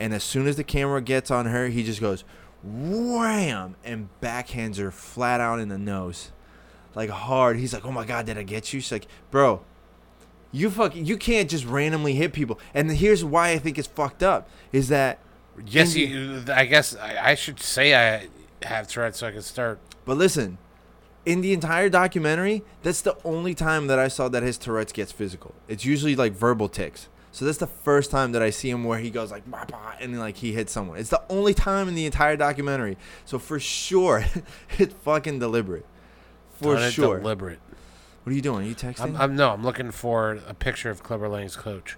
Speaker 1: And as soon as the camera gets on her, he just goes wham and backhands her flat out in the nose. Like hard. He's like, "Oh my god, did I get you?" She's like, "Bro, you fucking you can't just randomly hit people." And here's why I think it's fucked up is that
Speaker 4: Yes,
Speaker 1: Indi-
Speaker 4: you, I guess I, I should say I have Tourette's so I can start.
Speaker 1: But listen, in the entire documentary, that's the only time that I saw that his Tourette's gets physical. It's usually like verbal tics. So that's the first time that I see him where he goes like bah, bah, and like he hits someone. It's the only time in the entire documentary. So for sure, it's fucking deliberate. For
Speaker 4: Done it
Speaker 1: sure.
Speaker 4: deliberate.
Speaker 1: what are you doing? Are you texting?
Speaker 4: I'm, I'm no. I'm looking for a picture of Clubber Lang's coach.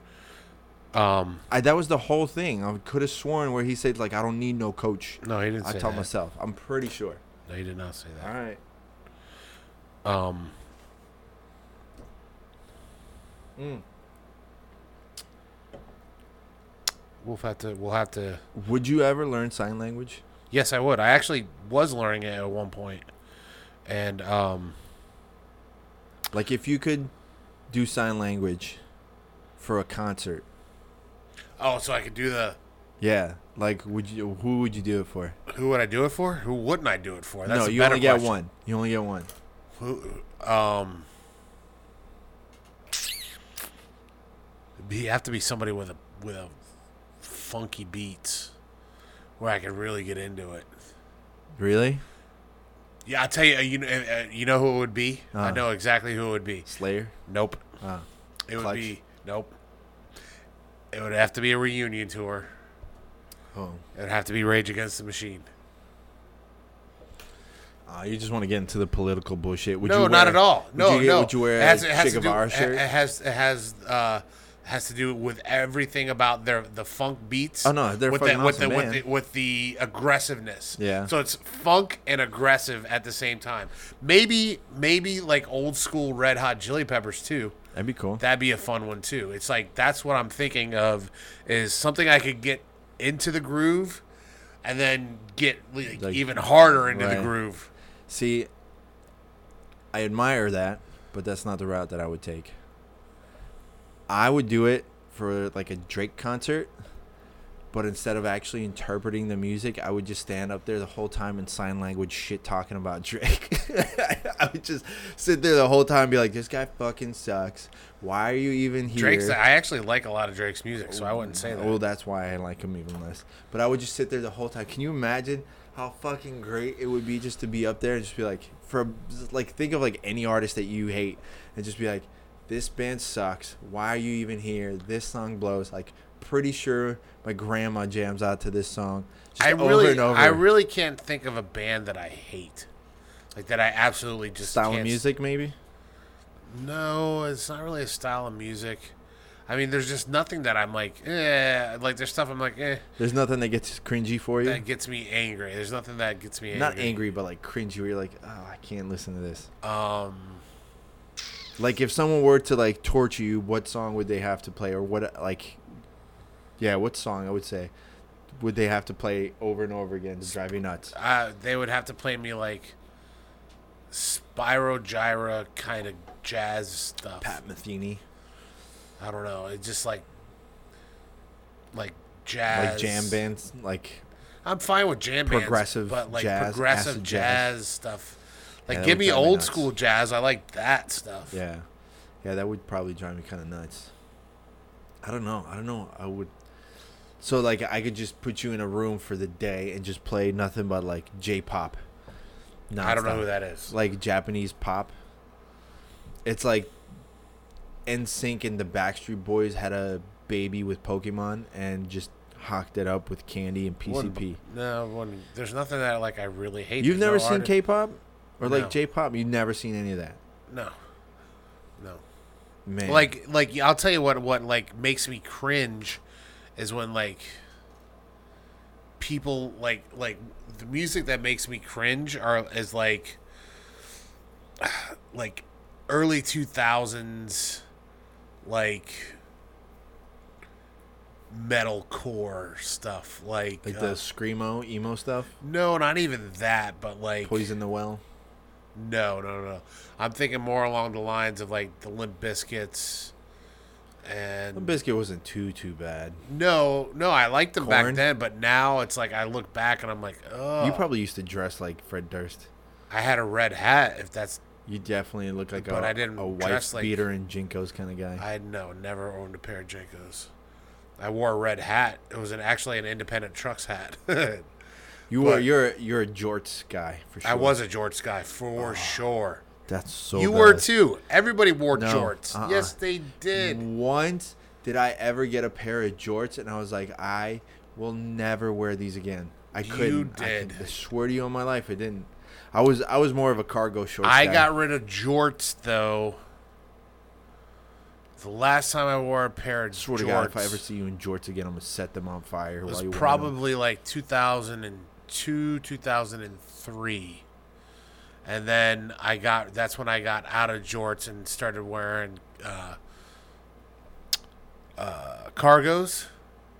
Speaker 4: Um,
Speaker 1: I- that was the whole thing. I could have sworn where he said like I don't need no coach.
Speaker 4: no, he didn't.
Speaker 1: I
Speaker 4: Say
Speaker 1: taught
Speaker 4: that.
Speaker 1: myself. I'm pretty sure.
Speaker 4: No, he did not say
Speaker 1: All
Speaker 4: that.
Speaker 1: right.
Speaker 4: Um, we'll have to. We'll have to.
Speaker 1: Would you ever learn sign language?
Speaker 4: Yes, I would. I actually was learning it at one point, and um,
Speaker 1: Like if you could do sign language for a concert,
Speaker 4: oh, so I could do the.
Speaker 1: yeah. Like would you? Who would you do it for?
Speaker 4: Who would I do it for? Who wouldn't I do it for? That's
Speaker 1: no,
Speaker 4: a
Speaker 1: you
Speaker 4: better
Speaker 1: only get
Speaker 4: question.
Speaker 1: one. You only get one.
Speaker 4: Who, um, it'd be have to be somebody with a with a funky beats, where I could really get into it.
Speaker 1: Really?
Speaker 4: Yeah, I tell you, you know, uh, you know who it would be. I
Speaker 1: Uh.
Speaker 4: know exactly who it would be.
Speaker 1: Slayer.
Speaker 4: Nope,
Speaker 1: Ah,
Speaker 4: it would
Speaker 1: Clutch.
Speaker 4: be nope. It would have to be a reunion tour.
Speaker 1: oh.
Speaker 4: It would have to be Rage Against the Machine.
Speaker 1: Ah, you just want to get into the political bullshit? Would
Speaker 4: no,
Speaker 1: you
Speaker 4: not
Speaker 1: wear-
Speaker 4: at all.
Speaker 1: would
Speaker 4: No,
Speaker 1: you get-
Speaker 4: no.
Speaker 1: Would you wear
Speaker 4: it has,
Speaker 1: a
Speaker 4: it has
Speaker 1: Che
Speaker 4: to do, eh,
Speaker 1: Guevara
Speaker 4: it-
Speaker 1: shirt?
Speaker 4: It has it has uh, has to do with everything about their the funk beats.
Speaker 1: Oh, no, they're
Speaker 4: with
Speaker 1: fucking
Speaker 4: the, with,
Speaker 1: awesome
Speaker 4: the, with
Speaker 1: band.
Speaker 4: the with the aggressiveness.
Speaker 1: Yeah.
Speaker 4: So it's funk and aggressive at the same time. Maybe maybe like old school Red Hot Chili Peppers too.
Speaker 1: That'd be cool.
Speaker 4: That'd be a fun one too. It's like that's what I'm thinking of is something I could get into the groove, and then get like,
Speaker 1: Like-
Speaker 4: even harder into
Speaker 1: right.
Speaker 4: the groove.
Speaker 1: See, I admire that, but that's not the route that I would take. I would do it for like a Drake concert, But instead of actually interpreting the music, I would just stand up there the whole time in sign language shit talking about Drake. I would just sit there the whole time and be like, this guy fucking sucks. Why are you even here?
Speaker 4: Drake's. I actually like a lot of Drake's music, so I wouldn't say that.
Speaker 1: Well, Oh, that's why I like him even less. But I would just sit there the whole time. Can you imagine how fucking great it would be just to be up there and just be like, for like, think of like any artist that you hate and just be like, this band sucks. Why are you even here? This song blows. Like, pretty sure my grandma jams out to this song. Just
Speaker 4: I
Speaker 1: over
Speaker 4: really,
Speaker 1: and over.
Speaker 4: I really can't think of a band that I hate, like that I absolutely just
Speaker 1: style of
Speaker 4: can't-
Speaker 1: music maybe.
Speaker 4: No, it's not really a style of music. I mean, there's just nothing that I'm like, eh. Like there's stuff I'm like, eh,
Speaker 1: There's nothing that gets cringy for you.
Speaker 4: that gets me angry. There's nothing that gets me angry.
Speaker 1: Not angry, but like cringy. Where you're like, oh, I can't listen to this.
Speaker 4: Um,
Speaker 1: Like if someone were to like torture you, what song would they have to play, or what like, yeah, what song I would say, would they have to play over and over again to drive you nuts?
Speaker 4: I, they would have to play me like Spyro Gyra kind of jazz stuff.
Speaker 1: Pat Metheny,
Speaker 4: I don't know. It's just like, like
Speaker 1: like
Speaker 4: jazz,
Speaker 1: jam bands, like
Speaker 4: I'm fine with jam bands,
Speaker 1: Progressive
Speaker 4: but like
Speaker 1: jazz,
Speaker 4: progressive
Speaker 1: acid
Speaker 4: jazz,
Speaker 1: jazz.
Speaker 4: stuff. Like,
Speaker 1: that would
Speaker 4: give me
Speaker 1: drive me
Speaker 4: old
Speaker 1: nuts.
Speaker 4: school jazz. I like that stuff.
Speaker 1: yeah, yeah, that would probably drive me kind of nuts. I don't know. I don't know. I would. So like I could just put you in a room for the day and just play nothing but like J-pop.
Speaker 4: I don't know
Speaker 1: nonstop.
Speaker 4: who that is.
Speaker 1: like Japanese pop. It's like NSYNC and the Backstreet Boys had a baby with Pokemon and just hocked it up with Candy and
Speaker 4: Wouldn't-
Speaker 1: PCP.
Speaker 4: no, wouldn't- there's nothing that like I really hate.
Speaker 1: E You've
Speaker 4: There's
Speaker 1: never
Speaker 4: no
Speaker 1: seen
Speaker 4: arti-
Speaker 1: K-pop or
Speaker 4: No.
Speaker 1: like J-pop. You've never seen any of that,
Speaker 4: No, no.
Speaker 1: man.
Speaker 4: Like, like I'll tell you what. What like makes me cringe is when like people like like the music that makes me cringe are is like like early two thousands like metalcore stuff like,
Speaker 1: like
Speaker 4: uh,
Speaker 1: the screamo emo stuff,
Speaker 4: no not even that but like
Speaker 1: Poison the Well.
Speaker 4: No, no, no. I'm thinking more along the lines of like the Limp Biscuits
Speaker 1: The
Speaker 4: and
Speaker 1: biscuit wasn't too too bad.
Speaker 4: no, no, I liked them back
Speaker 1: Korn?
Speaker 4: then, but now it's like I look back and I'm like, oh,
Speaker 1: You probably used to dress like Fred Durst.
Speaker 4: I had a red hat. If that's
Speaker 1: You definitely look like
Speaker 4: But
Speaker 1: a,
Speaker 4: I didn't
Speaker 1: a
Speaker 4: dress
Speaker 1: wife
Speaker 4: like-
Speaker 1: beater and jinkos kind of guy.
Speaker 4: I no, never owned a pair of Jankos. I wore a red hat. It was an, actually an independent trucks hat.
Speaker 1: you were
Speaker 4: but-
Speaker 1: you're you're a jorts guy for sure.
Speaker 4: I was a George Sky
Speaker 1: Ah.
Speaker 4: for sure.
Speaker 1: That's so.
Speaker 4: you were
Speaker 1: bad.
Speaker 4: too. Everybody wore
Speaker 1: No,
Speaker 4: jorts.
Speaker 1: uh-uh. Mm,
Speaker 4: Yes, they did.
Speaker 1: Once did I ever get a pair of jorts, and I was like, I will never wear these again. I couldn't. I
Speaker 4: did.
Speaker 1: could- I, swear to you, on my life, I didn't. I was I was more of a cargo shorts.
Speaker 4: I
Speaker 1: guy.
Speaker 4: got rid of jorts though. The last time I wore a pair of
Speaker 1: Swear
Speaker 4: jorts
Speaker 1: to God, if I ever see you in jorts again, I'm gonna set them on fire.
Speaker 4: was
Speaker 1: while you
Speaker 4: probably like 2002, 2003. And then I got that's when I got out of jorts and started wearing uh, uh, cargos.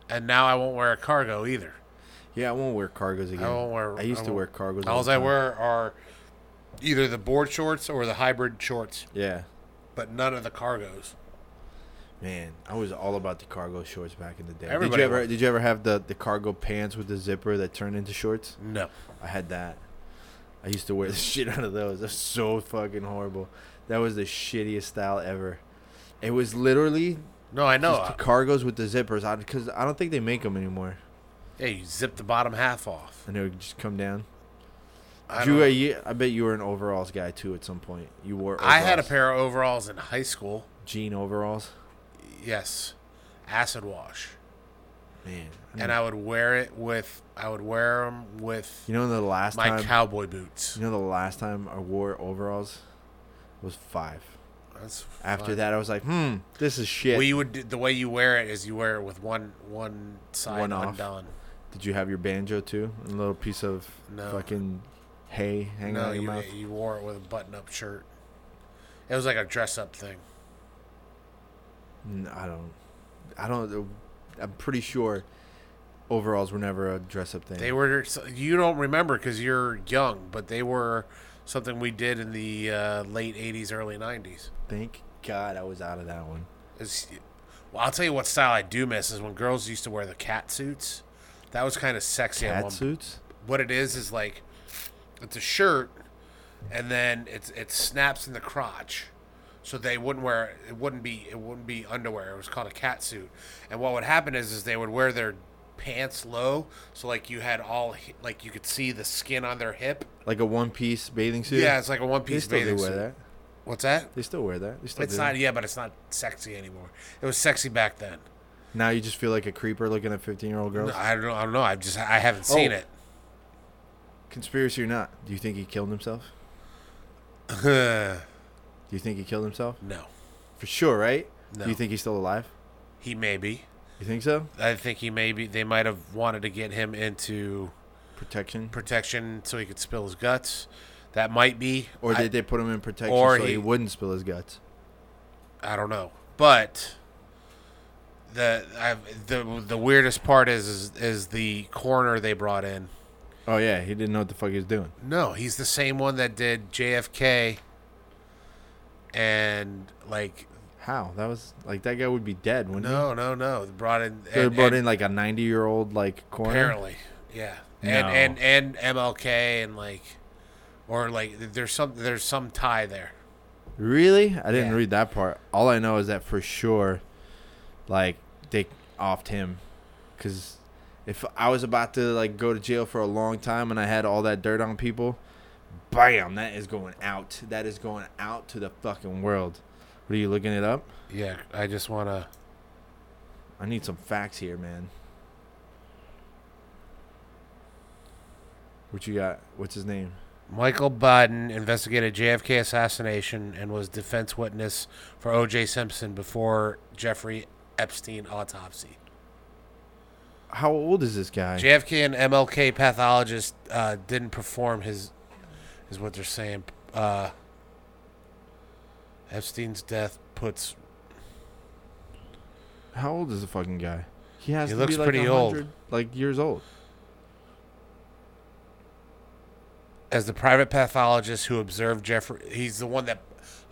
Speaker 4: And now I won't wear a cargo either.
Speaker 1: Yeah, I won't wear cargos again.
Speaker 4: I won't wear.
Speaker 1: I used
Speaker 4: I
Speaker 1: to
Speaker 4: won't-
Speaker 1: wear cargos. all
Speaker 4: Alls
Speaker 1: the
Speaker 4: I
Speaker 1: time.
Speaker 4: wear are either the board shorts or the hybrid shorts,
Speaker 1: Yeah,
Speaker 4: but none of the cargos.
Speaker 1: man, I was all about the cargo shorts back in the day. did
Speaker 4: Everybody
Speaker 1: you ever
Speaker 4: was.
Speaker 1: Did you ever have the the cargo pants with the zipper that turned into shorts?
Speaker 4: No.
Speaker 1: I had that. I used to wear the shit out of those. That's so fucking horrible. That was the shittiest style ever. It was literally
Speaker 4: No, I know.
Speaker 1: just the cargos with the zippers on because I don't think they make them anymore.
Speaker 4: yeah, you zip the bottom half off.
Speaker 1: And it would just come down.
Speaker 4: I,
Speaker 1: You,
Speaker 4: don't-
Speaker 1: uh, you- I bet you were an overalls guy too at some point. You wore. Overalls.
Speaker 4: I had a pair of overalls in high school.
Speaker 1: jean overalls.
Speaker 4: Yes, acid wash,
Speaker 1: Man,
Speaker 4: and I would wear it with. I would wear them with
Speaker 1: you know the last
Speaker 4: my
Speaker 1: time.
Speaker 4: cowboy boots.
Speaker 1: you know the last time I wore overalls was five.
Speaker 4: That's
Speaker 1: After
Speaker 4: fine.
Speaker 1: that, I was like, hmm, this is shit.
Speaker 4: well, you would do- the way you wear it is you wear it with one one side
Speaker 1: One off.
Speaker 4: undone.
Speaker 1: Did you have your banjo too? A little piece of
Speaker 4: No.
Speaker 1: fucking hay hanging
Speaker 4: no,
Speaker 1: out of
Speaker 4: you
Speaker 1: your mouth?
Speaker 4: you wore it with a button up shirt. It was like a dress up thing.
Speaker 1: N- I don't. I don't. uh, I'm pretty sure overalls were never a dress up thing.
Speaker 4: They were. You don't remember because you're young, but they were something we did in the uh, late '80s, early '90s.
Speaker 1: Thank God I was out of that one.
Speaker 4: It's- Well, I'll tell you what style I do miss is when girls used to wear the cat suits. That was kind of sexy. at
Speaker 1: Cat
Speaker 4: one-
Speaker 1: suits?
Speaker 4: What it is is like it's a shirt, and then it's it snaps in the crotch, so they wouldn't wear it. Wouldn't be it wouldn't be underwear. It was called a cat suit. And what would happen is is they would wear their pants low, so like you had all hi- like you could see the skin on their hip.
Speaker 1: Like a one piece bathing suit?
Speaker 4: Yeah, it's like a one
Speaker 1: They
Speaker 4: piece
Speaker 1: still
Speaker 4: bathing
Speaker 1: do wear
Speaker 4: suit.
Speaker 1: that.
Speaker 4: What's that?
Speaker 1: They still wear that. They still
Speaker 4: It's
Speaker 1: do
Speaker 4: not
Speaker 1: that.
Speaker 4: yeah, but it's not sexy anymore. It was sexy back then.
Speaker 1: Now you just feel like a creeper looking at 15 year old girls.
Speaker 4: I don't know. I don't know. I just I haven't seen
Speaker 1: Oh.
Speaker 4: it.
Speaker 1: Conspiracy or not, do you think he killed himself?
Speaker 4: no,
Speaker 1: Do you think he killed himself? For sure, right?
Speaker 4: No.
Speaker 1: Do you think he's still alive?
Speaker 4: he may be.
Speaker 1: You think so?
Speaker 4: I think he may be. They might have wanted to get him into
Speaker 1: Protection?
Speaker 4: protection so he could spill his guts. That might be.
Speaker 1: Or
Speaker 4: I,
Speaker 1: did they put him in protection
Speaker 4: or
Speaker 1: so he,
Speaker 4: he-
Speaker 1: wouldn't spill his guts?
Speaker 4: I don't know, but the i the the weirdest part is, is is the coroner they brought in.
Speaker 1: Oh, yeah, he didn't know what the fuck he was doing.
Speaker 4: No, he's the same one that did JFK and like
Speaker 1: How? That was like that guy would be dead, wouldn't he?
Speaker 4: no, no, no. They brought in
Speaker 1: Hmm. They
Speaker 4: and-
Speaker 1: brought
Speaker 4: and-
Speaker 1: in like a 90 year old like coroner.
Speaker 4: Apparently, yeah,
Speaker 1: No.
Speaker 4: and and and MLK and like, or like, th- there's some there's some tie there.
Speaker 1: Really? I didn't
Speaker 4: Yeah.
Speaker 1: read that part. All I know is that for sure, like they offed him, because if I was about to like go to jail for a long time and I had all that dirt on people, bam, that is going out. That is going out to the fucking world. What are you looking it up?
Speaker 4: Yeah, I just wanna.
Speaker 1: I need some facts here, man. What you got? What's his name?
Speaker 4: Michael Biden investigated JFK assassination and was defense witness for O.J. Simpson before Jeffrey Epstein autopsy.
Speaker 1: How old is this guy?
Speaker 4: JFK and MLK pathologist uh, didn't perform his, is what they're saying. Uh, Epstein's death puts
Speaker 1: How old is the fucking guy? He has
Speaker 4: He
Speaker 1: to
Speaker 4: looks
Speaker 1: be like
Speaker 4: pretty old.
Speaker 1: 100, like years old.
Speaker 4: as the private pathologist who observed Jeffrey. He's the one that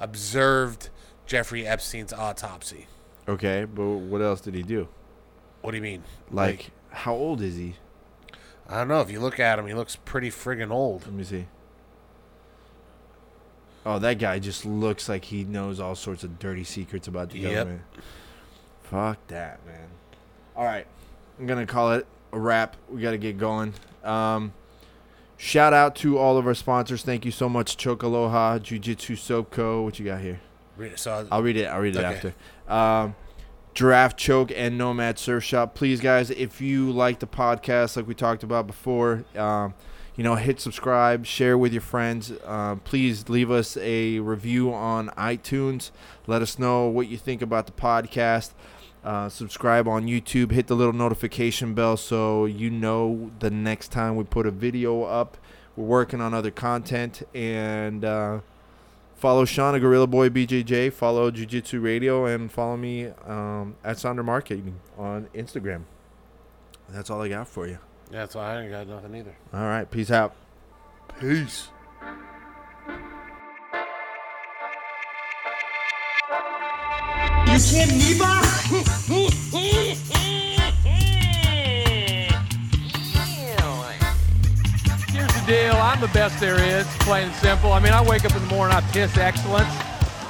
Speaker 4: observed Jeffrey Epstein's autopsy.
Speaker 1: Okay, but what else did he do?
Speaker 4: What do you mean?
Speaker 1: Like, how old is he?
Speaker 4: Like, I don't know. If you look at him, he looks pretty friggin' old.
Speaker 1: Let me see. Oh, that guy just looks like he knows all sorts of dirty secrets about the
Speaker 4: Yep.
Speaker 1: government. Fuck that, man. All right, I'm gonna call it a wrap. We gotta get going. Um, shout out to all of our sponsors. Thank you so much, Choke Aloha, Jiu Jitsu Soap Co. What you got here?
Speaker 4: Re- So
Speaker 1: I'll read it. I'll read it
Speaker 4: Okay.
Speaker 1: after. Um, Giraffe Choke and Nomad Surf Shop. Please, guys, if you like the podcast, like we talked about before, um, you know, hit subscribe, share with your friends. Um, please leave us a review on iTunes. Let us know what you think about the podcast. Uh, subscribe on YouTube. Hit the little notification bell so you know the next time we put a video up. We're working on other content and. Uh, Follow Sean at Gorilla Boy BJJ. Follow Jiu Jitsu Radio and follow me um, at Sonder Marketing on Instagram. That's all I got for you.
Speaker 4: that's why I ain't got nothing either.
Speaker 1: All right, peace out.
Speaker 4: Peace.
Speaker 2: You can't Ew.
Speaker 3: Here's the deal. I'm the best there is, plain and simple. I mean, I wake up in the morning, I piss excellence,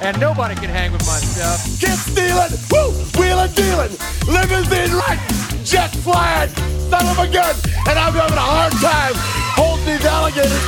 Speaker 3: and nobody can hang with my stuff.
Speaker 5: Get stealing, woo, wheeling, dealing, limousine right, jet flying, son of a gun, and I'm having a hard time holding these alligators